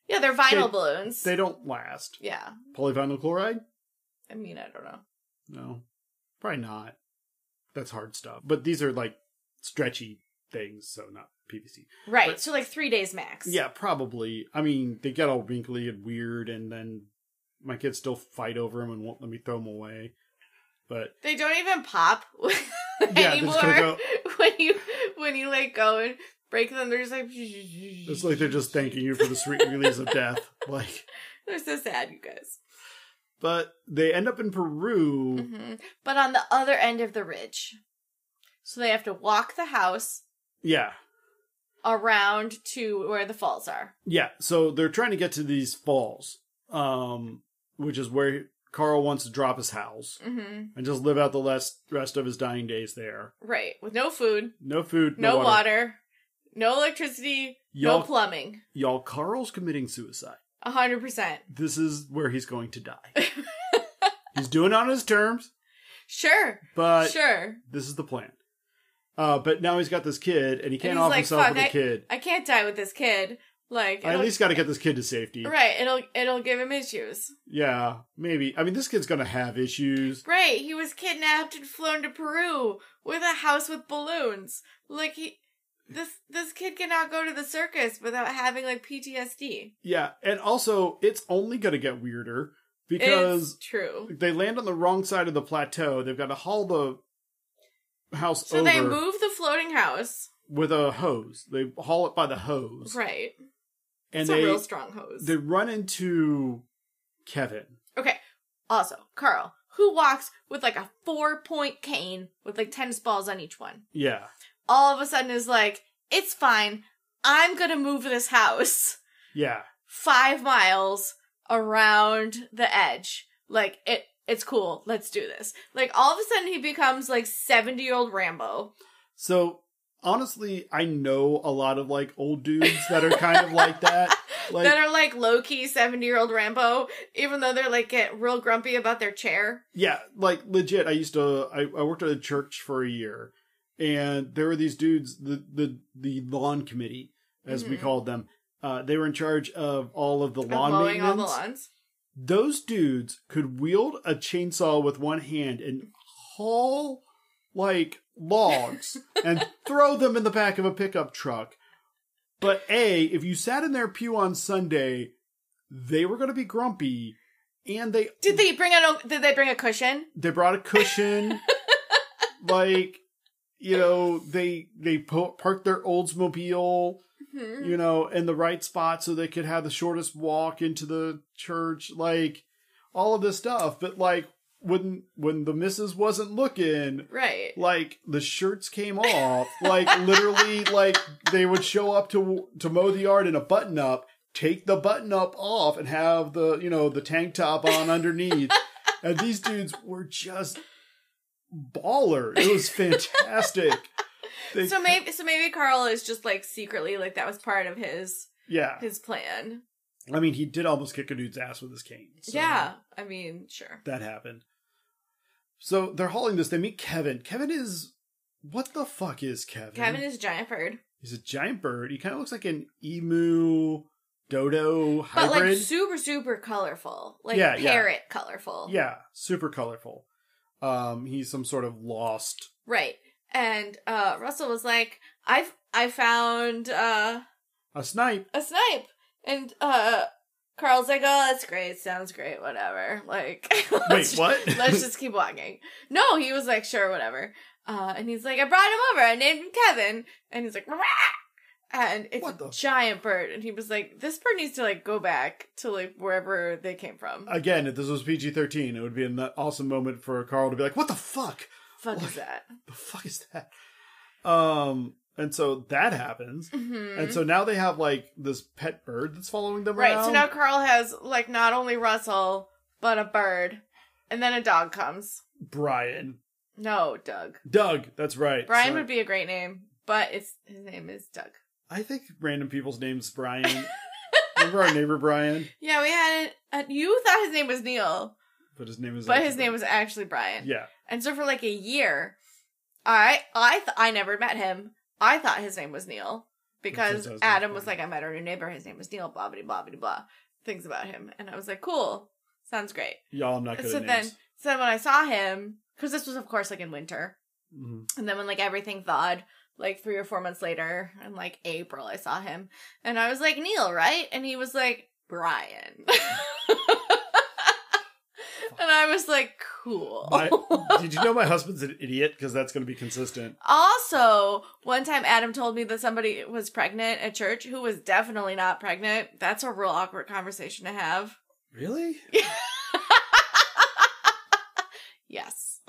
S2: yeah, they're vinyl
S1: They-
S2: balloons.
S1: they don't last.
S2: yeah.
S1: Polyvinyl chloride?
S2: I mean, I don't know.
S1: No, probably not. That's hard stuff. But these are like stretchy things, so not PVC.
S2: Right.
S1: But-
S2: so like 3 days max.
S1: Yeah, probably. I mean, they get all wrinkly and weird, and then my kids still fight over them and won't let me throw them away. But
S2: They don't even pop [laughs]
S1: Yeah, they
S2: anymore.
S1: just kinda go-
S2: [laughs] When you when you like go and break them, they're just like [laughs] it's
S1: it's like they're just thanking you for the sweet release of death. [laughs] Like,
S2: they're so sad, you guys.
S1: but they end up in Peru.
S2: hmm But on the other end of the ridge, so they have to walk the house
S1: Yeah,
S2: around to where the falls are.
S1: yeah. So they're trying to get to these falls, um, which is where Carl wants to drop his house
S2: hmm
S1: and just live out the last, rest of his dying days there.
S2: Right. With no food,
S1: No food,
S2: no,
S1: no,
S2: water. no electricity, no
S1: Y'all,
S2: plumbing.
S1: y'all, Carl's committing suicide.
S2: A hundred percent.
S1: This is where he's going to
S2: [laughs]
S1: die. he's doing it on his terms,
S2: Sure.
S1: but
S2: sure.
S1: this is the plan. Uh, but now he's got this kid, and he can't
S2: he's
S1: off
S2: like,
S1: himself
S2: "Fuck,
S1: with a kid.
S2: I can't die with this kid. Like
S1: I at
S2: it'll-
S1: least got to get this kid to safety.
S2: Right, it'll it'll give him issues.
S1: Yeah, maybe. I mean, this kid's gonna have issues.
S2: Right, he was kidnapped and flown to Peru with a house with balloons. Like he this this kid cannot go to the circus without having like PTSD.
S1: Yeah, and also it's only gonna get weirder
S2: It's
S1: because
S2: true.
S1: they land on the wrong side of the plateau. They've got to haul the house
S2: So
S1: over
S2: they move the floating house.
S1: with a hose. They haul it by the hose,
S2: Right.
S1: and
S2: it's
S1: they
S2: a real strong hose.
S1: they run into Kevin.
S2: Okay. Also, Carl, who walks with like a four point cane with like tennis balls on each one,
S1: Yeah,
S2: all of a sudden is like, it's fine. I'm going to move this house [laughs]
S1: yeah,
S2: five miles around the edge. Like, it. It's cool. Let's do this. Like all of a sudden, he becomes like seventy-year-old Rambo.
S1: So honestly, I know a lot of like old dudes that are kind of like that. Like
S2: [laughs] that are like low-key seventy-year-old Rambo, even though they're like get real grumpy about their chair.
S1: yeah, like legit. I used to I, I worked at a church for a year, and there were these dudes the the the lawn committee as we
S2: Mhm.
S1: called them. Uh, they were in charge of all of the
S2: of
S1: lawn
S2: mowing all the
S1: maintenance.
S2: lawns.
S1: Those dudes could wield a chainsaw with one hand and haul like logs and throw them in the back of a pickup truck. But A, if you sat in their pew on Sunday, they were going to be grumpy and they
S2: Did they bring a Did they bring a cushion?
S1: they brought a cushion like you know, they they po- parked their Oldsmobile,
S2: Hmm.
S1: you know, in the right spot so they could have the shortest walk into the church like all of this stuff, but like when when the missus wasn't looking,
S2: Right.
S1: like the shirts came off like literally like they would show up to to mow the yard in a button up take the button up off and have the you know the tank top on
S2: [laughs]
S1: underneath and these dudes were just baller it was fantastic
S2: [laughs]
S1: They- [laughs]
S2: So maybe so maybe Carl is just like secretly like that was part of his
S1: yeah
S2: his plan.
S1: i mean he did almost kick a dude's ass with his cane so
S2: yeah. I mean, sure.
S1: that happened so they're hauling this they meet kevin kevin is what the fuck is
S2: Kevin is a giant bird.
S1: He's a giant bird. He kind of looks like an emu dodo
S2: But like
S1: hybrid.
S2: super super colorful. Like
S1: Yeah, yeah.
S2: parrot colorful.
S1: yeah, super colorful. Um, he's some sort of lost.
S2: Right. And uh Russell was like, I've I found uh
S1: A snipe.
S2: a snipe. And uh Carl's like, Oh, that's great, sounds great, whatever. Like [laughs]
S1: Wait,
S2: let's
S1: what?
S2: [laughs] Let's just keep walking. No, he was like, sure, whatever. Uh, and he's like, I brought him over. I named him Kevin. And he's like, Rah! and it's
S1: What
S2: a
S1: the-
S2: giant bird. And he was like, this bird needs to like go back to like wherever they came from.
S1: [laughs] Again, if this was PG thirteen, it would be an awesome moment for Carl to be like, "What the fuck?
S2: Fuck is that?
S1: The fuck is that?" Um, and so that happens,
S2: Mhm.
S1: and so now they have like this pet bird that's following them
S2: right.
S1: around.
S2: So now Carl has like not only Russell but a bird, and then a dog comes.
S1: Brian,
S2: No, Doug.
S1: Doug, that's right.
S2: Brian
S1: So
S2: would be a great name, but it's his name is Doug.
S1: I think random people's names Brian.
S2: [laughs]
S1: Remember our neighbor Brian,
S2: Yeah, we had it. Uh, you thought his name was Neil,
S1: but his name is
S2: but
S1: actually
S2: his name was actually Brian.
S1: Yeah.
S2: And so for like a year, I I th- I never met him. I thought his name was Neil because
S1: That's what I was
S2: Adam
S1: thinking.
S2: was like, I met our new neighbor. His name was Neil. Blah blah blah blah blah. Things about him, and I was like, cool, sounds great.
S1: Y'all, I'm not good
S2: so
S1: at
S2: then,
S1: names.
S2: so then when I saw him, because this was of course like in winter,
S1: Mhm.
S2: and then when like everything thawed, like three or four months later, in like April, I saw him, and I was like, Neil, right? And he was like, Brian. [laughs] And I was like, cool.
S1: My- Did you know my husband's an idiot? Because that's going to be consistent.
S2: Also, one time Adam told me that somebody was pregnant at church who was definitely not pregnant. That's a real awkward conversation to have.
S1: Really?
S2: Yes.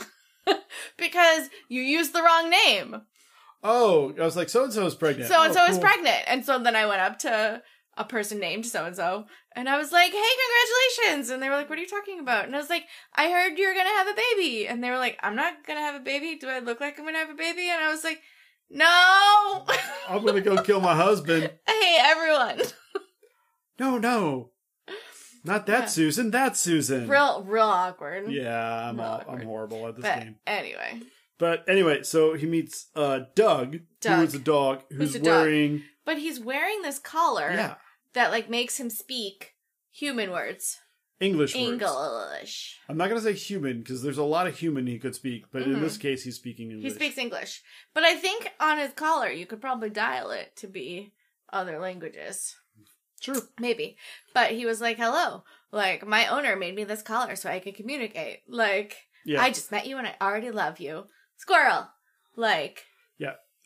S2: [laughs] because you used the wrong name.
S1: Oh, I was like, so and so is pregnant.
S2: So and so
S1: Oh,
S2: is
S1: cool.
S2: pregnant. And so then I went up to a person named so and so. And I was like, hey, congratulations. And they were like, what are you talking about? And I was like, I heard you're going to have a baby. And they were like, I'm not going to have a baby. Do I look like I'm going to have a baby? And I was like, no. [laughs]
S1: I'm gonna go kill my husband.
S2: hey,
S1: [laughs]
S2: everyone.
S1: No, no, not that
S2: Yeah.
S1: Susan. That's Susan.
S2: Real, real awkward.
S1: Yeah, I'm
S2: Real
S1: all, I'm
S2: awkward.
S1: horrible at this
S2: But
S1: game.
S2: anyway,
S1: But anyway, so he meets uh Doug, who
S2: Doug.
S1: is a dog who's
S2: Who's a dog.
S1: wearing
S2: but he's wearing this collar
S1: yeah
S2: that like makes him speak human words,
S1: English words.
S2: English.
S1: I'm not gonna say human because there's a lot of human he could speak, but in
S2: Mhm.
S1: this case he's speaking English.
S2: He speaks English, but I think on his collar you could probably dial it to be other languages.
S1: sure.
S2: Maybe. But he was like, hello. Like, my owner made me this collar so I could communicate. Like,
S1: Yeah,
S2: I just met you and I already love you. Squirrel. Like,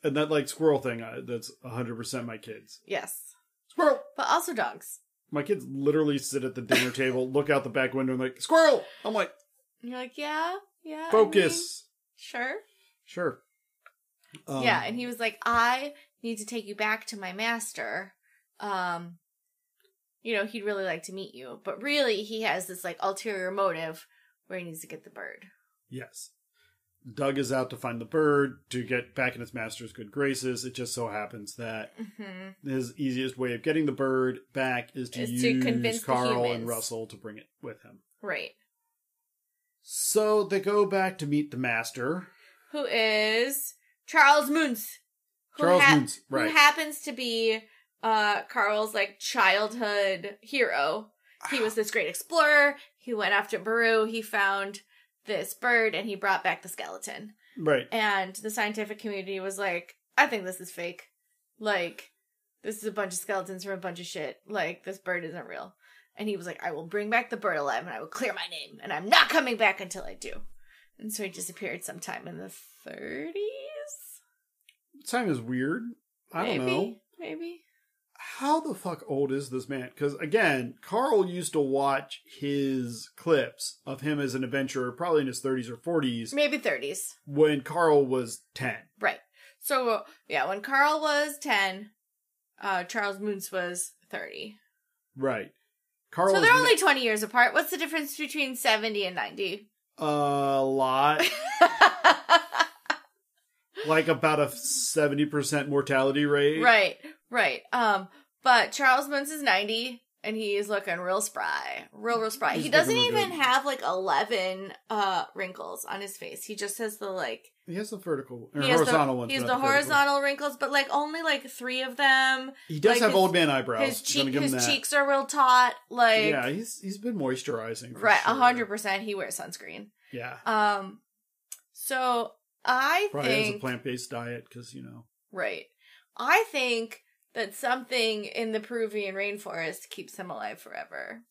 S1: and that like squirrel thing uh, that's 100 percent my kids.
S2: yes.
S1: Squirrel.
S2: But also dogs.
S1: My kids literally sit at the dinner
S2: [laughs]
S1: table, look out the back window, and like squirrel. I'm like
S2: And you're like, yeah, yeah. I mean,
S1: focus.
S2: sure.
S1: Sure. Um,
S2: yeah. And he was like, I need to take you back to my master. Um, you know, he'd really like to meet you. But really, he has this like ulterior motive where he needs to get the bird.
S1: Yes. Doug is out to find the bird to get back in his master's good graces. It just so happens that
S2: hmm
S1: his easiest way of getting the bird back is to
S2: Is to
S1: use
S2: convince the
S1: Carl and
S2: humans.
S1: Russell to bring it with him.
S2: Right.
S1: So they go back to meet the master.
S2: who is Charles Moons. Who
S1: Charles Muntz, right.
S2: Who happens to be uh, Carl's like childhood hero. He
S1: Ah.
S2: was this great explorer. He went after Baru. He found this bird and he brought back the skeleton.
S1: Right.
S2: And the scientific community was like, I think this is fake. Like, this is a bunch of skeletons from a bunch of shit. Like, this bird isn't real. And he was like, I will bring back the bird alive and I will clear my name. And I'm not coming back until I do. And so he disappeared sometime in the 30s?
S1: Time is weird. I
S2: maybe,
S1: don't know.
S2: Maybe.
S1: How the fuck old is this man? Because again, Carl used to watch his clips of him as an adventurer, probably in his 30s or 40s,
S2: Maybe 30s.
S1: when Carl was 10.
S2: Right. So, yeah, when Carl was 10, uh, Charles Moons was 30.
S1: Right. Carl
S2: so
S1: is
S2: they're only 20 years apart. What's the difference between 70
S1: [laughs]
S2: and 90?
S1: a
S2: [laughs]
S1: lot, like about a 70% mortality rate.
S2: Right, right. Um, but Charles Muntz is ninety, and he's looking real spry, real real spry.
S1: He's
S2: he doesn't
S1: looking real
S2: even
S1: good.
S2: have like eleven uh wrinkles on his face. He just has the like
S1: He has the vertical or
S2: he has
S1: horizontal
S2: the,
S1: ones.
S2: He has
S1: not
S2: the
S1: vertical.
S2: horizontal wrinkles, but like only like three of them.
S1: He does
S2: like
S1: have
S2: his-
S1: old man eyebrows.
S2: his
S1: Gonna
S2: cheek,
S1: give him
S2: his
S1: that.
S2: cheeks are real taut. Like
S1: yeah, he's he's been moisturizing. For
S2: right,
S1: sure.
S2: hundred percent. He wears sunscreen.
S1: Yeah,
S2: Um, so I
S1: probably
S2: think
S1: has a plant based diet because you know.
S2: Right. I think that something in the Peruvian rainforest keeps him alive forever.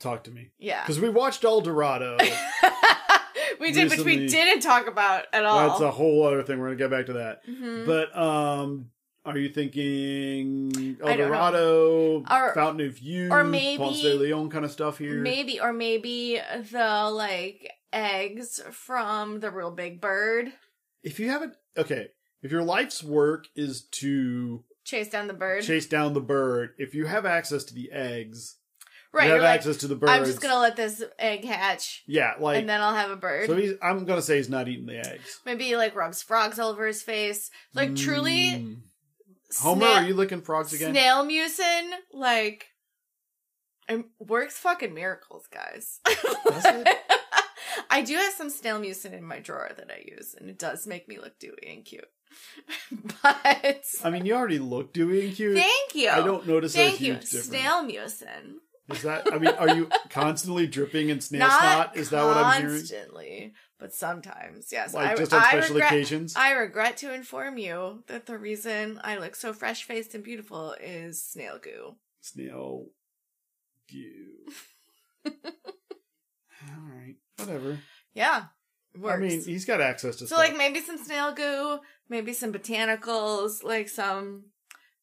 S1: Talk to me
S2: Yeah.
S1: because we watched El Dorado.
S2: [laughs] we did, which
S1: Recently-
S2: we didn't talk about at all.
S1: That's a whole other thing. We're gonna get back to that.
S2: Mhm.
S1: But um, are you thinking El
S2: I don't know.
S1: Dorado,
S2: Or-
S1: Fountain of Youth,
S2: or maybe-
S1: Ponce de Leon kind of stuff here?
S2: maybe, or maybe the like eggs from the real big bird
S1: If you haven't, okay. If your life's work is to
S2: chase down the bird.
S1: chase down the bird, if you have access to the eggs,
S2: right.
S1: you have
S2: you're like,
S1: access to the birds.
S2: I'm just gonna let this egg hatch,
S1: yeah, like
S2: and then I'll have a bird.
S1: so he's. I'm gonna say he's not eating the eggs.
S2: maybe he, like rubs frogs all over his face. Like truly,
S1: Mm. Homer,
S2: sna-
S1: are you licking frogs again?
S2: Snail mucin, like, it works fucking miracles, guys.
S1: Does it?
S2: [laughs] I do have some snail mucin in my drawer that I use, and it does make me look dewy and cute. [laughs] but
S1: I mean, you already look dewy and cute.
S2: thank you,
S1: I don't notice a
S2: thank
S1: huge
S2: you,
S1: difference.
S2: snail mucin.
S1: Is that? I mean, are you [laughs] constantly dripping in snail snot? Is that what I'm hearing?
S2: Constantly, but sometimes, yes.
S1: Like
S2: I,
S1: just on
S2: I
S1: special
S2: regret,
S1: occasions?
S2: I regret to inform you that the reason I look so fresh faced and beautiful is snail goo.
S1: snail goo.
S2: [laughs]
S1: All right, whatever.
S2: Yeah, works.
S1: I mean, he's got access to
S2: So
S1: stuff.
S2: like maybe some snail goo, maybe some botanicals, like some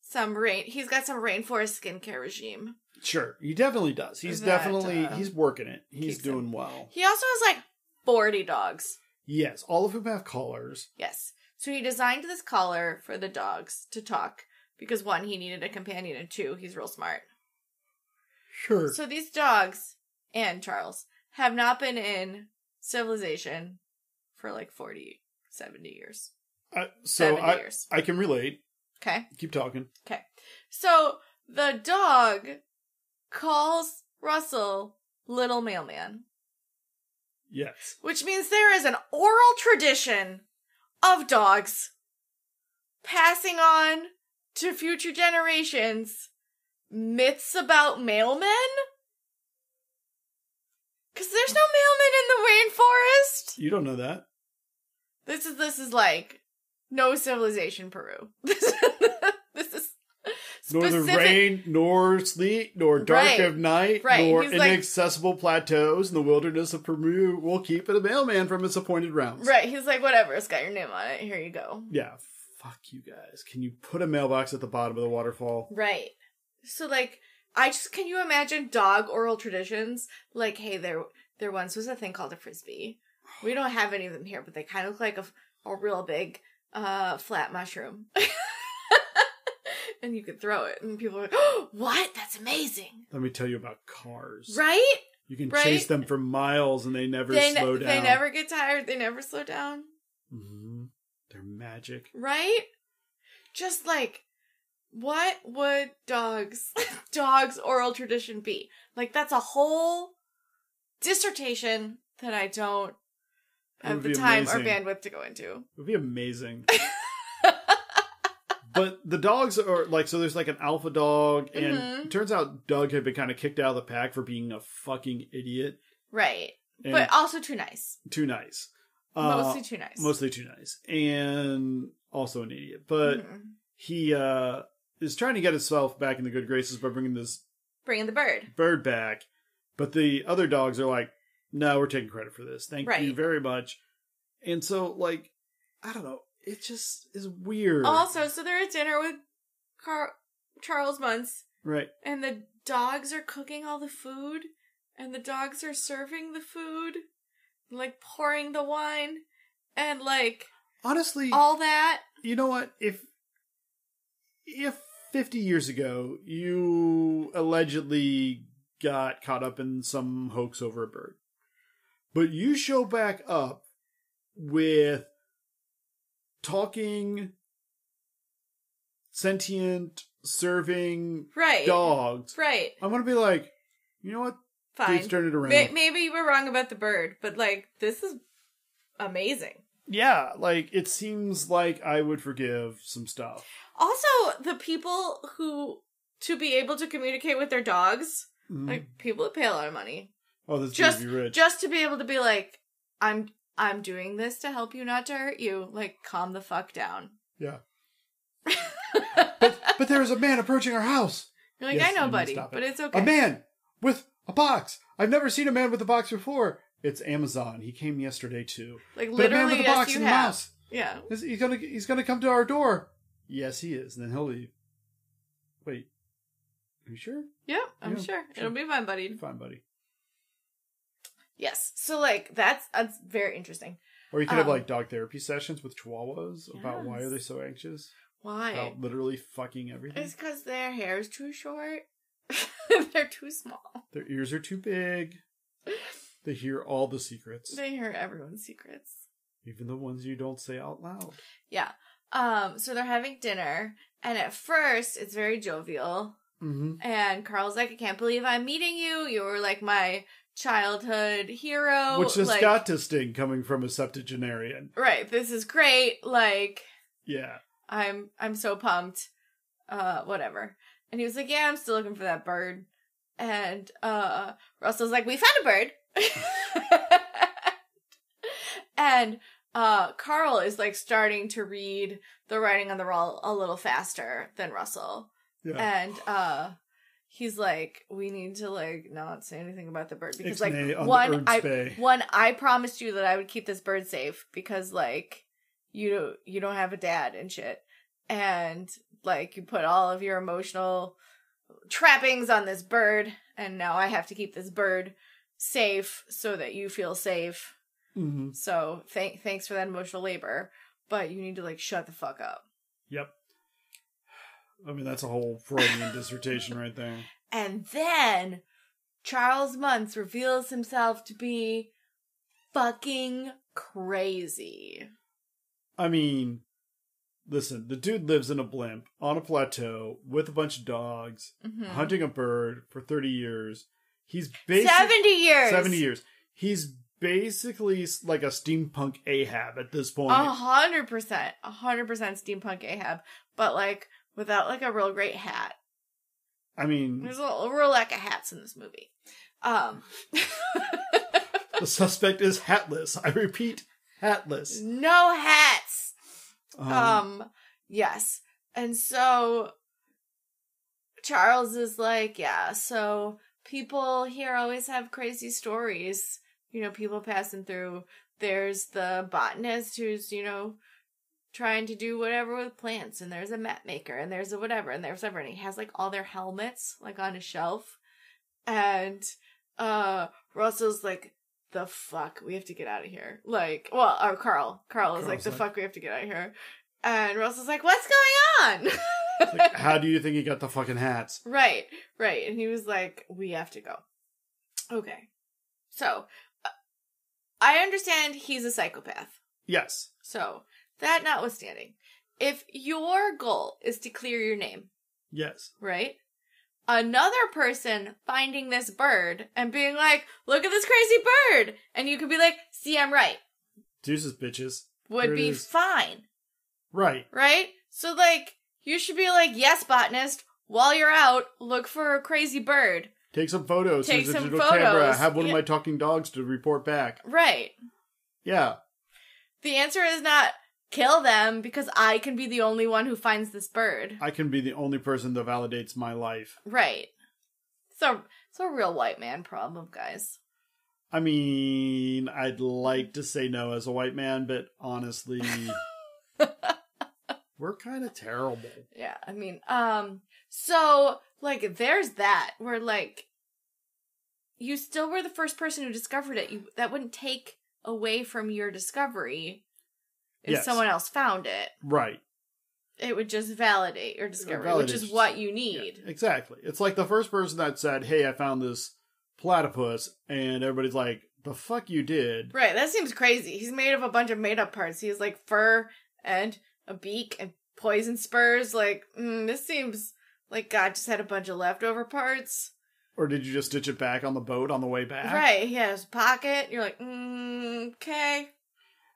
S2: some rain. He's got some rainforest skincare regime.
S1: sure, he definitely does. He's
S2: That,
S1: definitely
S2: uh,
S1: he's working it. He's
S2: keeps him-
S1: doing well.
S2: He also has like 40 dogs.
S1: Yes, all of whom have collars.
S2: Yes. So he designed this collar for the dogs to talk because one, he needed a companion, and two, he's real smart.
S1: Sure.
S2: So these dogs and Charles have not been in civilization for like 40, 70 years.
S1: I, so
S2: 70
S1: I,
S2: years.
S1: I can relate.
S2: Okay.
S1: Keep talking.
S2: So the dog calls Russell little mailman,
S1: Yes.
S2: which means there is an oral tradition of dogs passing on to future generations myths about mailmen. Cause there's no mailman in the rainforest.
S1: You don't know that.
S2: This is this is like no civilization Peru. [laughs] this is
S1: Neither rain, nor sleet, nor dark
S2: Right.
S1: of night,
S2: Right.
S1: nor
S2: He's like-
S1: inaccessible plateaus in the wilderness of Peru will keep a mailman from his appointed rounds.
S2: Right, he's like, whatever, it's got your name on it. Here you go.
S1: Yeah. Fuck you guys. Can you put a mailbox at the bottom of the waterfall?
S2: Right. So like, I just can you imagine dog oral traditions? Like, hey, there there once was a thing called a frisbee. We don't have any of them here, but they kind of look like a, f- a real big uh flat mushroom. [laughs] and you could throw it, and people are like, oh, "What? That's amazing!"
S1: Let me tell you about cars.
S2: Right?
S1: You can
S2: Right?
S1: chase them for miles and they never
S2: They ne-
S1: slow down.
S2: they never get tired. They never slow down.
S1: Mhm. They're magic.
S2: Right? Just like, what would dogs, [laughs] dogs' oral tradition be? Like, that's a whole dissertation that I don't
S1: It
S2: have
S1: would
S2: the
S1: be
S2: time or
S1: amazing.
S2: bandwidth to go into.
S1: It would be
S2: [laughs]
S1: amazing. but the dogs are like so there's like an alpha dog and
S2: Mhm.
S1: it turns out Doug had been kind of kicked out of the pack for being a fucking idiot
S2: Right.
S1: and uh,
S2: but also too nice.
S1: too nice.
S2: mostly too nice.
S1: mostly too nice and also an idiot. But
S2: Mhm.
S1: he uh is trying to get himself back in the good graces by bringing this
S2: Bringing the bird.
S1: bird back, but the other dogs are like, no, we're taking credit for this. Thank you
S2: Right.
S1: very much. And so, like, I don't know. It just is weird.
S2: Also, so they're at dinner with Car- Charles Munce,
S1: Right.
S2: and the dogs are cooking all the food and the dogs are serving the food like pouring the wine and like
S1: Honestly,
S2: all that
S1: you know what? If, if 50 years ago you allegedly got caught up in some hoax over a bird, but you show back up with talking, sentient, serving
S2: right
S1: dogs,
S2: right
S1: I'm gonna be like, you know what?
S2: fine
S1: Please turn it around.
S2: May- maybe you were wrong about the bird but like this is amazing
S1: yeah, like it seems like I would forgive some stuff.
S2: also the people who to be able to communicate with their dogs
S1: Mhm.
S2: like people that pay a lot of money
S1: oh, this just,
S2: just-
S1: be rich.
S2: just to be able to be like i'm i'm doing this to help you not to hurt you like calm the fuck down [laughs]
S1: Yeah. but but there is a man approaching our house.
S2: You're like,
S1: Yes,
S2: I know,
S1: you
S2: buddy,
S1: stop it.
S2: but it's okay.
S1: A man with a box. I've never seen a man with a box before. It's Amazon. He came yesterday too. But
S2: like
S1: a man
S2: literally,
S1: with a
S2: yes,
S1: box
S2: you
S1: and a
S2: have.
S1: mouse.
S2: Yeah,
S1: He's- He's gonna he's gonna come to our door. Yes, he is. And then he'll leave. Wait, are you sure?
S2: yeah, I'm
S1: Yeah,
S2: sure.
S1: sure.
S2: it'll be fine, buddy.
S1: Fine, buddy.
S2: Yes. So like that's that's very interesting.
S1: Or you could have
S2: Um,
S1: like dog therapy sessions with chihuahuas about why are
S2: Yes.
S1: they so anxious
S2: Why?
S1: about literally fucking everything.
S2: It's because their hair is too short. [laughs] They're too small.
S1: Their ears are too
S2: [laughs]
S1: big. They hear all the secrets,
S2: They hear everyone's secrets.
S1: even the ones you don't say out loud.
S2: Yeah. Um. So they're having dinner, and at first it's very jovial,
S1: Mm-hmm.
S2: and Carl's like, "I can't believe I'm meeting you. You were like my childhood hero."
S1: Which has
S2: Oh, like,
S1: got to sting coming from a septuagenarian.
S2: right. This is great. Like.
S1: Yeah.
S2: I'm I'm so pumped. Uh whatever. And he was like, Yeah, I'm still looking for that bird. And uh Russell's like, We found a bird [laughs] And uh Carl is like starting to read the writing on the wall a little faster than Russell.
S1: Yeah.
S2: And uh he's like, We need to like not say anything about the bird because like
S1: Ixnay on the
S2: one
S1: Erd's
S2: I
S1: Bay.
S2: one, I promised you that I would keep this bird safe because like you you don't have a dad and shit. And like you put all of your emotional trappings on this bird and now I have to keep this bird safe so that you feel safe. Mm-hmm.
S1: Mhm.
S2: So thank thanks for that emotional labor, but you need to like shut the fuck up.
S1: Yep. I mean, that's a whole Freudian dissertation right there.
S2: And then Charles Muntz reveals himself to be fucking crazy.
S1: I mean, listen, the dude lives in a blimp on a plateau with a bunch of dogs,
S2: Mhm.
S1: hunting a bird for 30 years. He's basically
S2: 70 years.
S1: 70 years. He's basically s- like a steampunk Ahab at this point.
S2: A hundred percent, a hundred percent steampunk Ahab, but like without like a real great hat.
S1: I mean,
S2: There's a, a real lack of hats in this movie. Um,
S1: the suspect is hatless. I repeat, hatless.
S2: no hats.
S1: Um,
S2: Um, yes. And so Charles is like, yeah, so people here always have crazy stories. You know, people passing through. There's the botanist who's, you know, trying to do whatever with plants, and there's a map maker, and there's a whatever, and there's whatever. And he has like all their helmets like on a shelf. And uh Russell's like, the fuck, we have to get out of here. Like, well, or Carl. Carl is like,
S1: Carl's
S2: the
S1: like-
S2: fuck, we have to get out of here. And Russell's like, what's going on? [laughs]
S1: it's like, how do you think he got the fucking hats?
S2: right, right. And he was like, we have to go. Okay. So, uh, I understand he's a psychopath.
S1: Yes.
S2: So, that notwithstanding, if your goal is to clear your name,
S1: Yes.
S2: right? Another person finding this bird and being like, look at this crazy bird. And you could be like, see, I'm right.
S1: Deuces, bitches. Here
S2: Would
S1: it
S2: be
S1: is.
S2: fine.
S1: Right.
S2: right? So like you should be like, yes, botanist. While you're out, look for a crazy bird,
S1: Take some photos.
S2: Take
S1: Here's a
S2: some
S1: digital camera.
S2: photos.
S1: Have one
S2: Yeah.
S1: of my talking dogs to report back.
S2: right?
S1: Yeah.
S2: The answer is not kill them because I can be the only one who finds this bird,
S1: I can be the only person that validates my life.
S2: right? So it's a real white man problem, guys.
S1: I mean, I'd like to say no as a white man, but
S2: [laughs]
S1: honestly, we're kind of terrible.
S2: Yeah, I mean, um, so like there's that where like you still were the first person who discovered it. You that wouldn't take away from your discovery if
S1: Yes.
S2: someone else found it.
S1: Right.
S2: it would just validate your discovery,
S1: validate
S2: which is
S1: just-
S2: what you
S1: Yeah,
S2: need.
S1: exactly. It's like the first person that said, hey, I found this platypus, and everybody's like, the fuck you did.
S2: Right, that seems crazy. He's made of a bunch of made up parts. He has like fur and a beak and poison spurs. Like, mm, this seems like God just had a bunch of leftover parts.
S1: Or did you just stitch it back on the boat on the way back?
S2: Right, he has a pocket. You're like, mm, okay.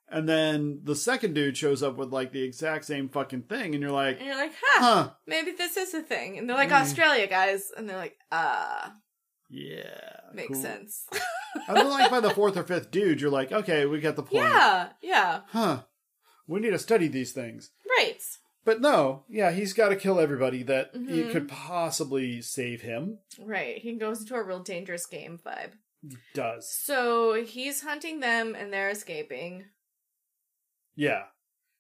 S1: And then the second dude shows up with like the exact same fucking thing, and you're like,
S2: And you're like, huh,
S1: huh.
S2: maybe this is a thing. And they're like,
S1: Mm.
S2: Australia, guys. And they're like, ah,
S1: Yeah.
S2: makes
S1: cool.
S2: sense.
S1: and then like by the fourth or fifth dude, you're like, okay, we got the point.
S2: yeah, yeah.
S1: Huh. We need to study these things.
S2: Right.
S1: But no, yeah, he's got to kill everybody that he
S2: Mhm.
S1: could possibly save him.
S2: Right. He goes into a real dangerous game vibe.
S1: Does.
S2: So he's hunting them and they're escaping.
S1: Yeah.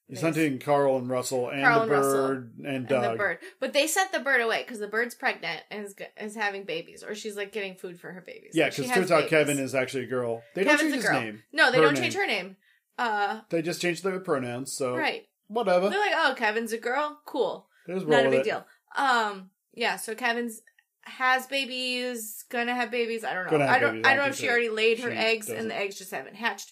S1: He's
S2: Nice.
S1: hunting Carl and Russell and
S2: Carl
S1: the
S2: and Russell.
S1: bird and Doug.
S2: And the bird. But they sent the bird away because the bird's pregnant and is, g- is having babies, or she's like getting food for her babies.
S1: Yeah,
S2: Like, she
S1: because
S2: has
S1: turns out
S2: babies.
S1: Kevin is actually a girl. They don't change
S2: Kevin's a
S1: his
S2: girl.
S1: name.
S2: No, they
S1: Her
S2: don't change
S1: name. Oh.
S2: her name. Uh,
S1: They just changed their pronouns, so
S2: right.
S1: whatever.
S2: They're like, oh, Kevin's a girl. Cool.
S1: They just roll
S2: Not a
S1: with
S2: big
S1: it.
S2: deal. Um, yeah. So Kevin's has babies, gonna have babies. I don't know.
S1: Gonna have
S2: I don't.
S1: babies. I
S2: I don't know
S1: think
S2: if she
S1: that
S2: already laid her
S1: she
S2: eggs
S1: doesn't.
S2: and the eggs just haven't hatched.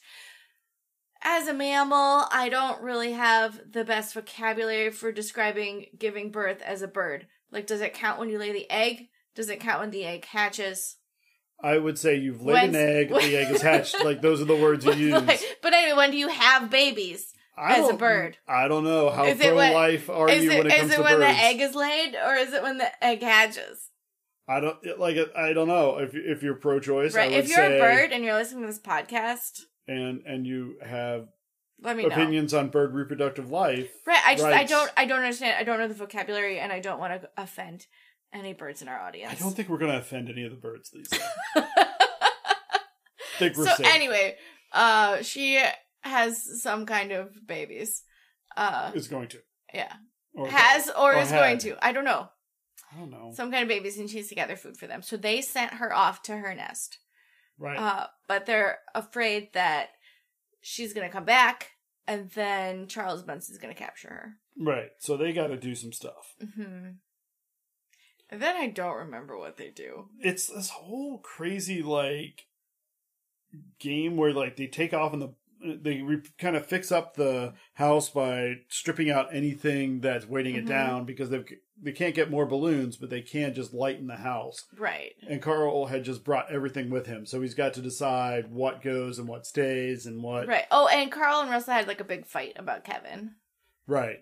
S2: As a mammal, I don't really have the best vocabulary for describing giving birth as a bird. Like, does it count when you lay the egg? Does it count when the egg hatches? [laughs]
S1: I would say you've laid an
S2: When's-
S1: egg, the egg is
S2: [laughs]
S1: hatched. Like those are the words you use.
S2: Like, but anyway, when do you have babies?
S1: I
S2: as a
S1: don't-
S2: bird.
S1: I don't know how
S2: Is it when-
S1: pro-life are
S2: Is
S1: you
S2: it
S1: when it
S2: is
S1: comes
S2: it
S1: to
S2: when
S1: birds.
S2: the egg is laid, or is it when the egg hatches?
S1: I don't it- like. I don't know if you- if you're pro-choice. I
S2: Right.
S1: would
S2: If you're
S1: say,
S2: a bird and you're listening to this podcast,
S1: and and you have
S2: let me know.
S1: opinions on bird reproductive life,
S2: Right. I just I
S1: rights.
S2: don't I don't understand. I don't know the vocabulary, and I don't want to offend any birds in our audience.
S1: I don't think we're going to offend any of the birds. These. days.
S2: [laughs]
S1: think we're
S2: so
S1: safe.
S2: anyway, uh, she has some kind of babies. Uh,
S1: is going to
S2: yeah,
S1: or
S2: has or,
S1: Or
S2: is going
S1: had.
S2: to. I don't know.
S1: I don't know.
S2: Some kind of babies, and she needs to gather food for them. So they sent her off to her nest.
S1: right.
S2: Uh, but they're afraid that she's gonna come back and then Charles Benson's gonna capture her.
S1: Right. So they got to do some stuff.
S2: hmm And then I don't remember what they do.
S1: It's this whole crazy like game where like they take off and the they re- kind of fix up the house by stripping out anything that's weighting
S2: Mhm.
S1: it down because they they can't get more balloons, but they can just lighten the house.
S2: Right.
S1: And Carl had just brought everything with him, so he's got to decide what goes and what stays and what
S2: Right. Oh, and Carl and Russell had like a big fight about Kevin.
S1: right.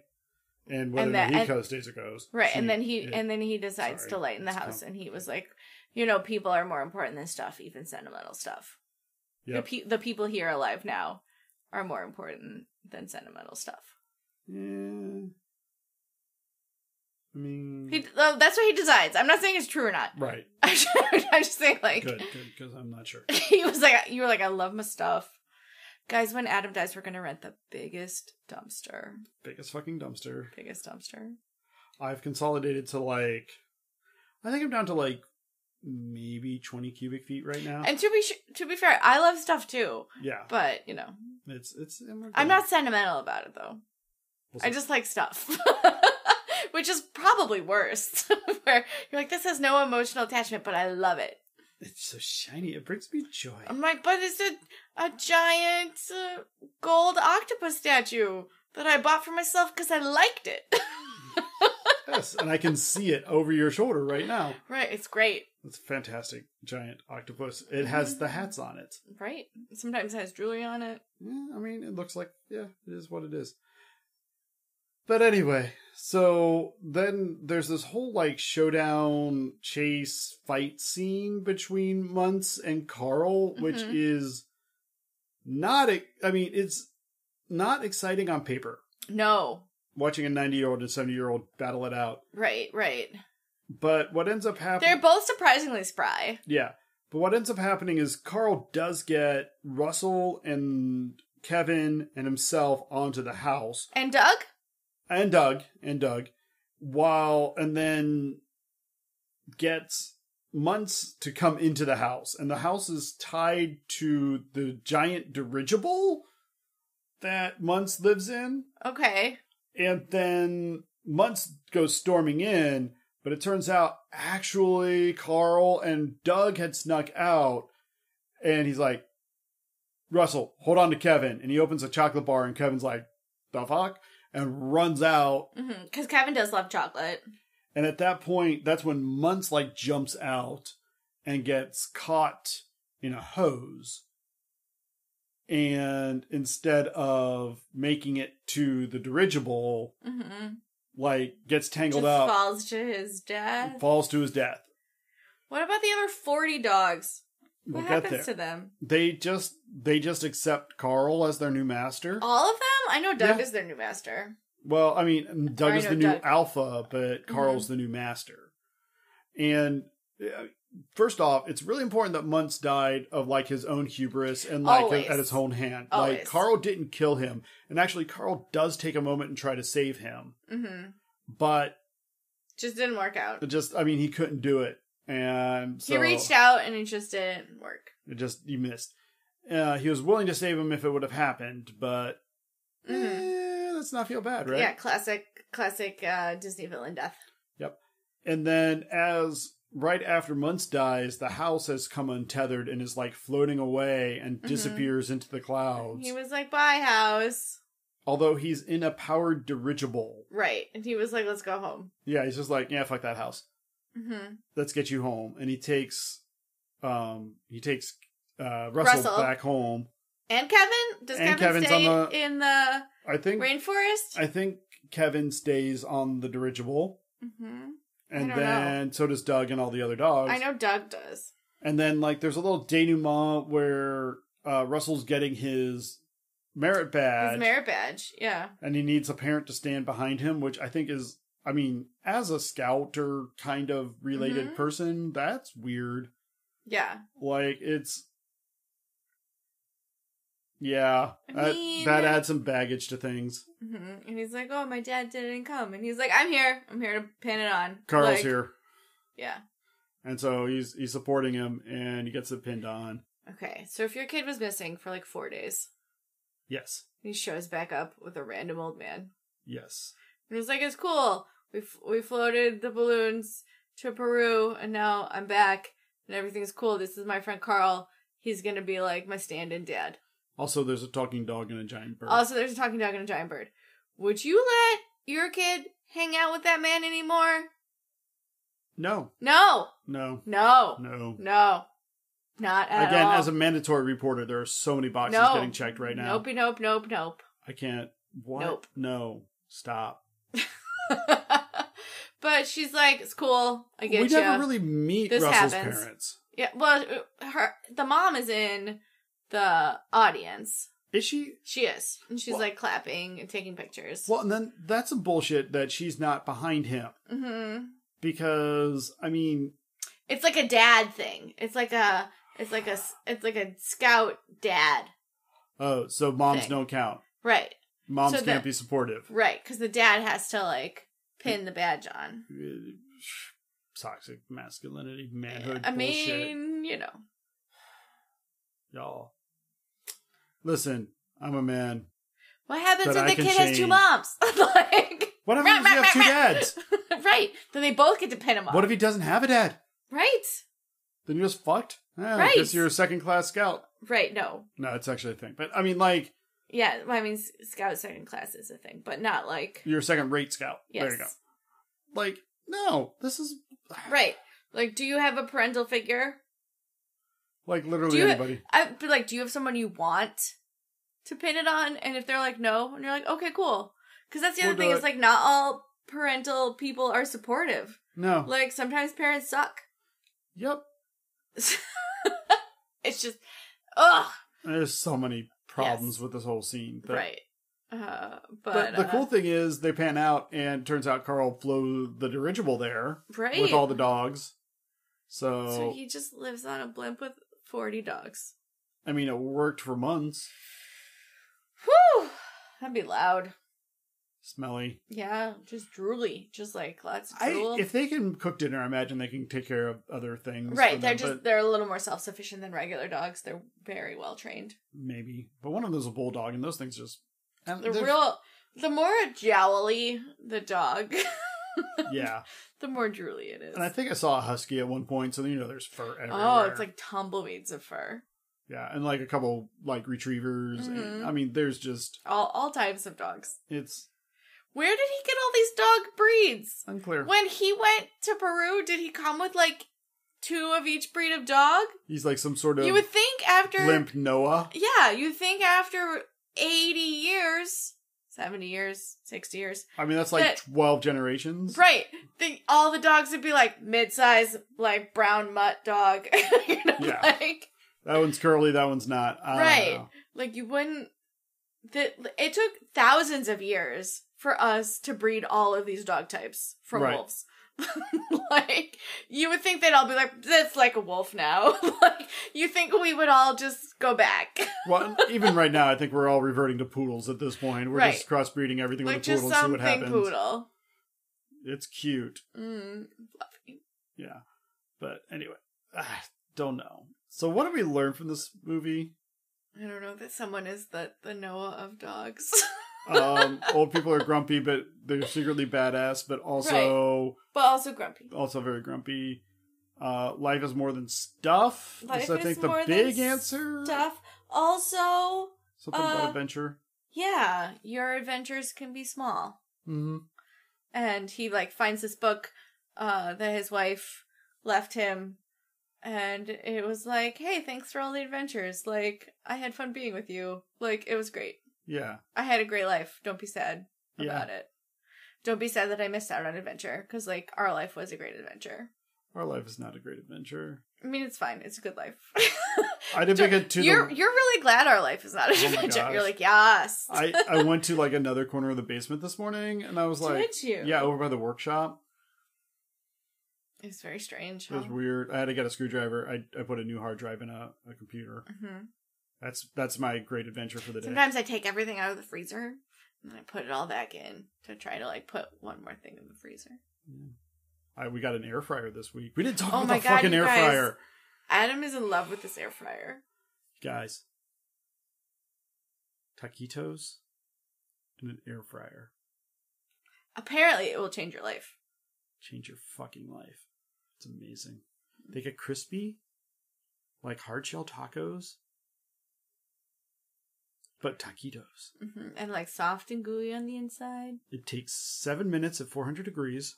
S1: and whether
S2: And that-
S1: the, he
S2: and-
S1: goes stays or goes.
S2: Right,
S1: She-
S2: and then he
S1: yeah.
S2: and then he decides
S1: Sorry,
S2: to lighten the
S1: it's
S2: house,
S1: com-
S2: and he was like, you know, people are more important than stuff, even sentimental stuff.
S1: Yep.
S2: The, pe- the people here alive now are more important than sentimental stuff.
S1: Yeah. I mean,
S2: He, oh, that's what he decides. I'm not saying it's true or not. [laughs]
S1: right.
S2: I'm just, I'm just saying like
S1: Good, good, because I'm not sure.
S2: [laughs] he was like you were like I love my stuff, guys. When Adam dies, we're gonna rent the biggest dumpster,
S1: Biggest fucking dumpster.
S2: biggest dumpster.
S1: I've consolidated to like, I think I'm down to like maybe 20 cubic feet right now.
S2: And to be sh- to be fair, I love stuff too,
S1: yeah,
S2: but you know,
S1: it's it's.
S2: I'm not sentimental about it though. I just like stuff. [laughs] Which is probably worse. [laughs] where you're like, this has no emotional attachment, but I love it.
S1: It's so shiny. It brings me joy.
S2: I'm like, but it's a, a giant uh, gold octopus statue that I bought for myself because I liked it. [laughs]
S1: yes, and I can see it over your shoulder right now.
S2: right, it's great.
S1: It's a fantastic giant octopus. It has the hats on it.
S2: Right? Sometimes it has jewelry on it.
S1: Yeah, I mean, it looks like yeah, it is what it is. But anyway, so then there's this whole like showdown chase fight scene between Munts and Carl, which
S2: Mhm.
S1: is not. ex- I mean, it's not exciting on paper.
S2: No.
S1: Watching a 90 year old and 70 year old battle it out,
S2: Right, right.
S1: but what ends up happening?
S2: They're both surprisingly spry.
S1: Yeah. But what ends up happening is Carl does get Russell and Kevin and himself onto the house
S2: And Doug?
S1: and Doug and Doug while and then gets months to come into the house and the house is tied to the giant dirigible that months lives in
S2: Okay.
S1: and then months goes storming in but it turns out actually carl and doug had snuck out and he's like russell hold on to kevin and he opens a chocolate bar and kevin's like the fuck and runs out
S2: Because Mm-hmm. Kevin does love chocolate.
S1: and at that point that's when months like jumps out and gets caught in a hose and instead of making it to the dirigible
S2: Mm-hmm.
S1: like gets
S2: Just
S1: tangled up,
S2: falls to his death.
S1: falls to his death.
S2: What about the other 40 dogs?
S1: We'll
S2: what
S1: get
S2: happens
S1: there.
S2: to them?
S1: They just they just accept Carl as their new master.
S2: All of them? I know Doug
S1: Yeah.
S2: is their new master.
S1: Well, I mean, Doug
S2: I
S1: is
S2: know
S1: the new
S2: Doug. Mm-hmm.
S1: alpha, but Carl's the new master. And uh, first off, it's really important that Muntz died of like his own hubris and like
S2: Always.
S1: at his own hand.
S2: Always.
S1: Like Carl didn't kill him, and actually Carl does take a moment and try to save him,
S2: hmm
S1: but
S2: Just didn't work out.
S1: it just I mean, he couldn't do it. And so
S2: he reached out and it just didn't work.
S1: It just you missed. Uh, he was willing to save him if it would have happened, but
S2: Mhm.
S1: eh, let's not feel bad, right?
S2: Yeah, classic, classic uh, Disney villain death.
S1: And then, as right after Munce dies, the house has come untethered and is like floating away and
S2: Mhm.
S1: disappears into the clouds.
S2: He was like, "Bye, house."
S1: Although he's in a powered dirigible.
S2: Right, and he was like, "Let's go home."
S1: Yeah, he's just like, yeah, fuck that house.
S2: hmm
S1: Let's get you home. And he takes, um, he takes uh, Russell,
S2: Russell.
S1: back home.
S2: And Kevin does
S1: And
S2: Kevin
S1: Kevin's
S2: stay
S1: on the-
S2: in the
S1: I think.
S2: rainforest?
S1: I think Kevin stays on the dirigible.
S2: hmm
S1: And
S2: I don't know.
S1: then so does Doug and all the other dogs.
S2: I know Doug does.
S1: And then like there's a little denouement where uh, Russell's getting his merit badge,
S2: His merit badge. Yeah.
S1: and he needs a parent to stand behind him, which I think is, I mean, as a scout or kind of related
S2: Mhm.
S1: person, that's weird.
S2: Yeah.
S1: Like it's, yeah,
S2: I
S1: that,
S2: mean-
S1: that adds some baggage to things.
S2: hmm And he's like, "Oh, my dad didn't come," and he's like, "I'm here. I'm here to pin it on."
S1: Carl's
S2: Like,
S1: here,
S2: Yeah.
S1: and so he's he's supporting him, and he gets it pinned on.
S2: Okay, so if your kid was missing for like four days,
S1: Yes,
S2: he shows back up with a random old man.
S1: Yes.
S2: And he's like, it's cool. We, f- we floated the balloons to Peru and now I'm back and everything's cool. This is my friend Carl. He's going to be like my stand in dad.
S1: Also, there's a talking dog and a giant bird.
S2: Also, there's a talking dog and a giant bird. Would you let your kid hang out with that man anymore?
S1: no,
S2: No,
S1: no,
S2: no,
S1: no.
S2: no, not at
S1: Again,
S2: all.
S1: as a mandatory reporter, there are so many boxes
S2: No.
S1: getting checked right now.
S2: Nope, nope, nope, nope. [laughs]
S1: I can't. What?
S2: Nope.
S1: No. Stop.
S2: but she's like, it's cool. I get
S1: we
S2: you.
S1: never really meet
S2: This
S1: Russell's
S2: happens.
S1: parents.
S2: yeah. Well, her the mom is in the audience.
S1: Is she?
S2: She is, and she's
S1: Well-
S2: like clapping and taking pictures.
S1: Well, and then that's some bullshit that she's not behind him
S2: hmm
S1: because I mean,
S2: It's like a dad thing. It's like a. It's like a. s- It's like a scout dad.
S1: oh, so moms
S2: Thing.
S1: don't count.
S2: Right.
S1: Moms
S2: So
S1: can't
S2: that-
S1: be supportive. [sighs]
S2: Right. Because the dad has to like pin the badge on.
S1: Uh, Toxic masculinity, manhood,
S2: I
S1: bullshit,
S2: mean, you know.
S1: y'all. Listen, I'm a man.
S2: What happens
S1: But
S2: if
S1: I
S2: the
S1: can
S2: kid has two
S1: change.
S2: moms? [laughs] like,
S1: What if you have two
S2: [laughs]
S1: dads?
S2: right? Then they both get to pin him on.
S1: What if he doesn't have a dad?
S2: Right,
S1: Then you're just fucked. Yeah, I
S2: Right.
S1: guess you're a second class scout.
S2: right. No,
S1: No, it's actually a thing. But I mean, like,
S2: yeah. well, I mean, s- scout second class is a thing, but not like
S1: you're a second rate scout.
S2: yes,
S1: There you go. Like, no, this is
S2: right. Like, do you have a parental figure?
S1: like
S2: Do
S1: literally
S2: you-
S1: anybody.
S2: I but like, do you have someone you want to pin it on? And if they're like no, and you're like, okay, cool, because that's the
S1: We'll
S2: other thing
S1: do
S2: is
S1: it.
S2: like not all parental people are supportive.
S1: No.
S2: Like sometimes parents suck.
S1: yep.
S2: It's just, ugh.
S1: There's so many problems
S2: Yes.
S1: with this whole scene. but-
S2: right. Uh, but,
S1: But the
S2: uh,
S1: cool thing is they pan out and turns out Carl flew the dirigible there
S2: right?
S1: with all the Oh. dogs. So,
S2: So he just lives on a blimp with 40 dogs.
S1: I mean, it worked for months.
S2: Whew! That'd be loud.
S1: Smelly.
S2: Yeah, just drooly. Just like lots of drool.
S1: I, if they can cook dinner, I imagine they can take care of other things.
S2: right,
S1: for
S2: they're
S1: them,
S2: just,
S1: but
S2: they're a little more self sufficient than regular dogs. They're very well trained.
S1: maybe. But one of them's a bulldog, and those things just and
S2: The
S1: they're-
S2: real, the more jowly the dog,
S1: [laughs]
S2: [laughs]
S1: yeah.
S2: the more drooly it is.
S1: And I think I saw a husky at one point, so you know there's fur everywhere.
S2: oh, it's like tumbleweeds of fur.
S1: yeah, and like a couple like retrievers. and-
S2: Mhm.
S1: I mean, there's just
S2: All, all types of dogs.
S1: it's
S2: Where did he get all these dog breeds?
S1: unclear.
S2: When he went to Peru, did he come with like two of each breed of dog?
S1: He's like some sort of
S2: You would think after
S1: limp Noah.
S2: Yeah, you think after 80 years, 70 years, 60 years.
S1: I mean, that's like
S2: That-
S1: twelve generations.
S2: Right. The, all the dogs would be like mid-size like brown mutt dog. [laughs] you know,
S1: Yeah.
S2: like
S1: That one's curly. That one's not. I don't
S2: Right.
S1: know.
S2: like you wouldn't that it took thousands of years for us to breed all of these dog types from
S1: Right.
S2: wolves. [laughs] like you would think they'd all be like that's like a wolf now. [laughs] like you think we would all just go back.
S1: Well, even right now, I think we're all reverting to poodles at this point. We're
S2: Right.
S1: just crossbreeding everything
S2: like
S1: with a poodle
S2: just
S1: and see what
S2: something
S1: happens.
S2: poodle.
S1: It's cute.
S2: Mm, fluffy.
S1: Yeah. But anyway, I don't know. So what did we learn from this movie?
S2: I don't know that someone is the the Noah of dogs. [laughs]
S1: Um, old people are grumpy, but they're secretly badass, but also
S2: but also grumpy.
S1: also very grumpy. Uh, life is more than stuff. is,
S2: Life
S1: I
S2: is
S1: think the
S2: more than
S1: big answer.
S2: Stuff. Also,
S1: Something about
S2: Uh,
S1: adventure.
S2: yeah, your adventures can be small.
S1: hmm
S2: and he like finds this book uh that his wife left him and it was like hey thanks for all the adventures like i had fun being with you like it was great
S1: Yeah.
S2: i had a great life don't be sad
S1: Yeah.
S2: about it don't be sad that i missed out on adventure because like our life was a great adventure
S1: Our life is not a great adventure.
S2: i mean it's fine it's a good life [laughs]
S1: I did make it to
S2: you're
S1: the.
S2: you're really glad our life is not an
S1: Oh my
S2: adventure
S1: gosh.
S2: you're like yes
S1: I, I went to like another corner of the basement this morning, and I was like,
S2: did you
S1: yeah, over by the workshop.
S2: it's very strange
S1: It was weird. I had to get a screwdriver. I, I put a new hard drive in a, a computer.
S2: hmm
S1: That's that's my great adventure for the day.
S2: Sometimes I take everything out of the freezer and then I put it all back in to try to like put one more thing in the freezer.
S1: I, we got an air fryer this week. We didn't talk
S2: Oh
S1: about
S2: my
S1: the
S2: God,
S1: fucking
S2: you
S1: air
S2: guys.
S1: fryer,
S2: Adam is in love with this air fryer.
S1: guys. taquitos in an air fryer.
S2: Apparently, it will change your life.
S1: Change your fucking life. It's amazing. They get crispy, like hard shell tacos, but taquitos.
S2: hmm And like soft and gooey on the inside.
S1: It takes seven minutes at 400 degrees,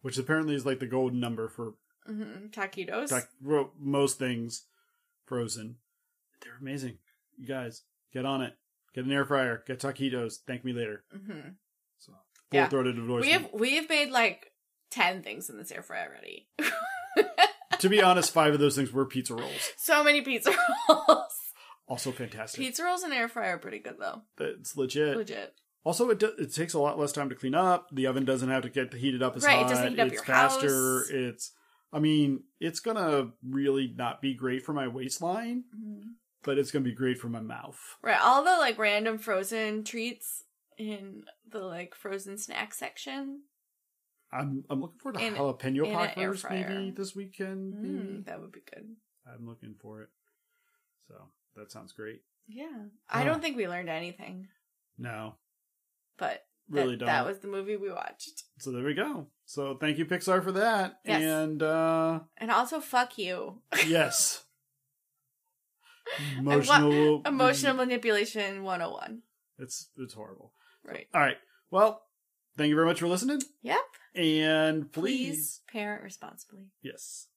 S1: which apparently is like the golden number for
S2: hmm Taquitos.
S1: tac- well, most things frozen. They're amazing. You guys, get on it. Get an air fryer. Get taquitos. Thank me later.
S2: hmm
S1: So,
S2: Yeah.
S1: full throated
S2: We
S1: endorsement.
S2: have we have made like ten things in this air fryer already. [laughs]
S1: to be honest, five of those things were pizza rolls.
S2: so many pizza rolls.
S1: Also fantastic.
S2: Pizza rolls and air fryer are pretty good though.
S1: It's legit.
S2: Legit.
S1: Also, it do- it takes a lot less time to clean up. The oven doesn't have to get heated up as
S2: Right, it
S1: hot.
S2: doesn't heat up
S1: it's
S2: your
S1: faster.
S2: house.
S1: It's I mean, it's gonna really not be great for my waistline,
S2: Mhm.
S1: but it's gonna be great for my mouth.
S2: Right. All the like random frozen treats in the like frozen snack section.
S1: I'm I'm looking forward to
S2: In-
S1: jalapeno
S2: in an air
S1: poppers maybe
S2: fryer.
S1: this weekend. maybe.
S2: Mm, that would be good.
S1: I'm looking for it. So that sounds great.
S2: Yeah. I
S1: Oh.
S2: don't think we learned anything,
S1: No,
S2: but that,
S1: really don't.
S2: that was the movie we watched.
S1: so there we go. So thank you Pixar for that.
S2: Yes.
S1: And uh
S2: And also fuck you. [laughs]
S1: yes.
S2: wa- [laughs]
S1: Emotional mm,
S2: Emotional manipulation 101.
S1: It's it's horrible.
S2: Right.
S1: All right. Well, thank you very much for listening.
S2: Yep.
S1: And
S2: Please parent responsibly.
S1: Yes.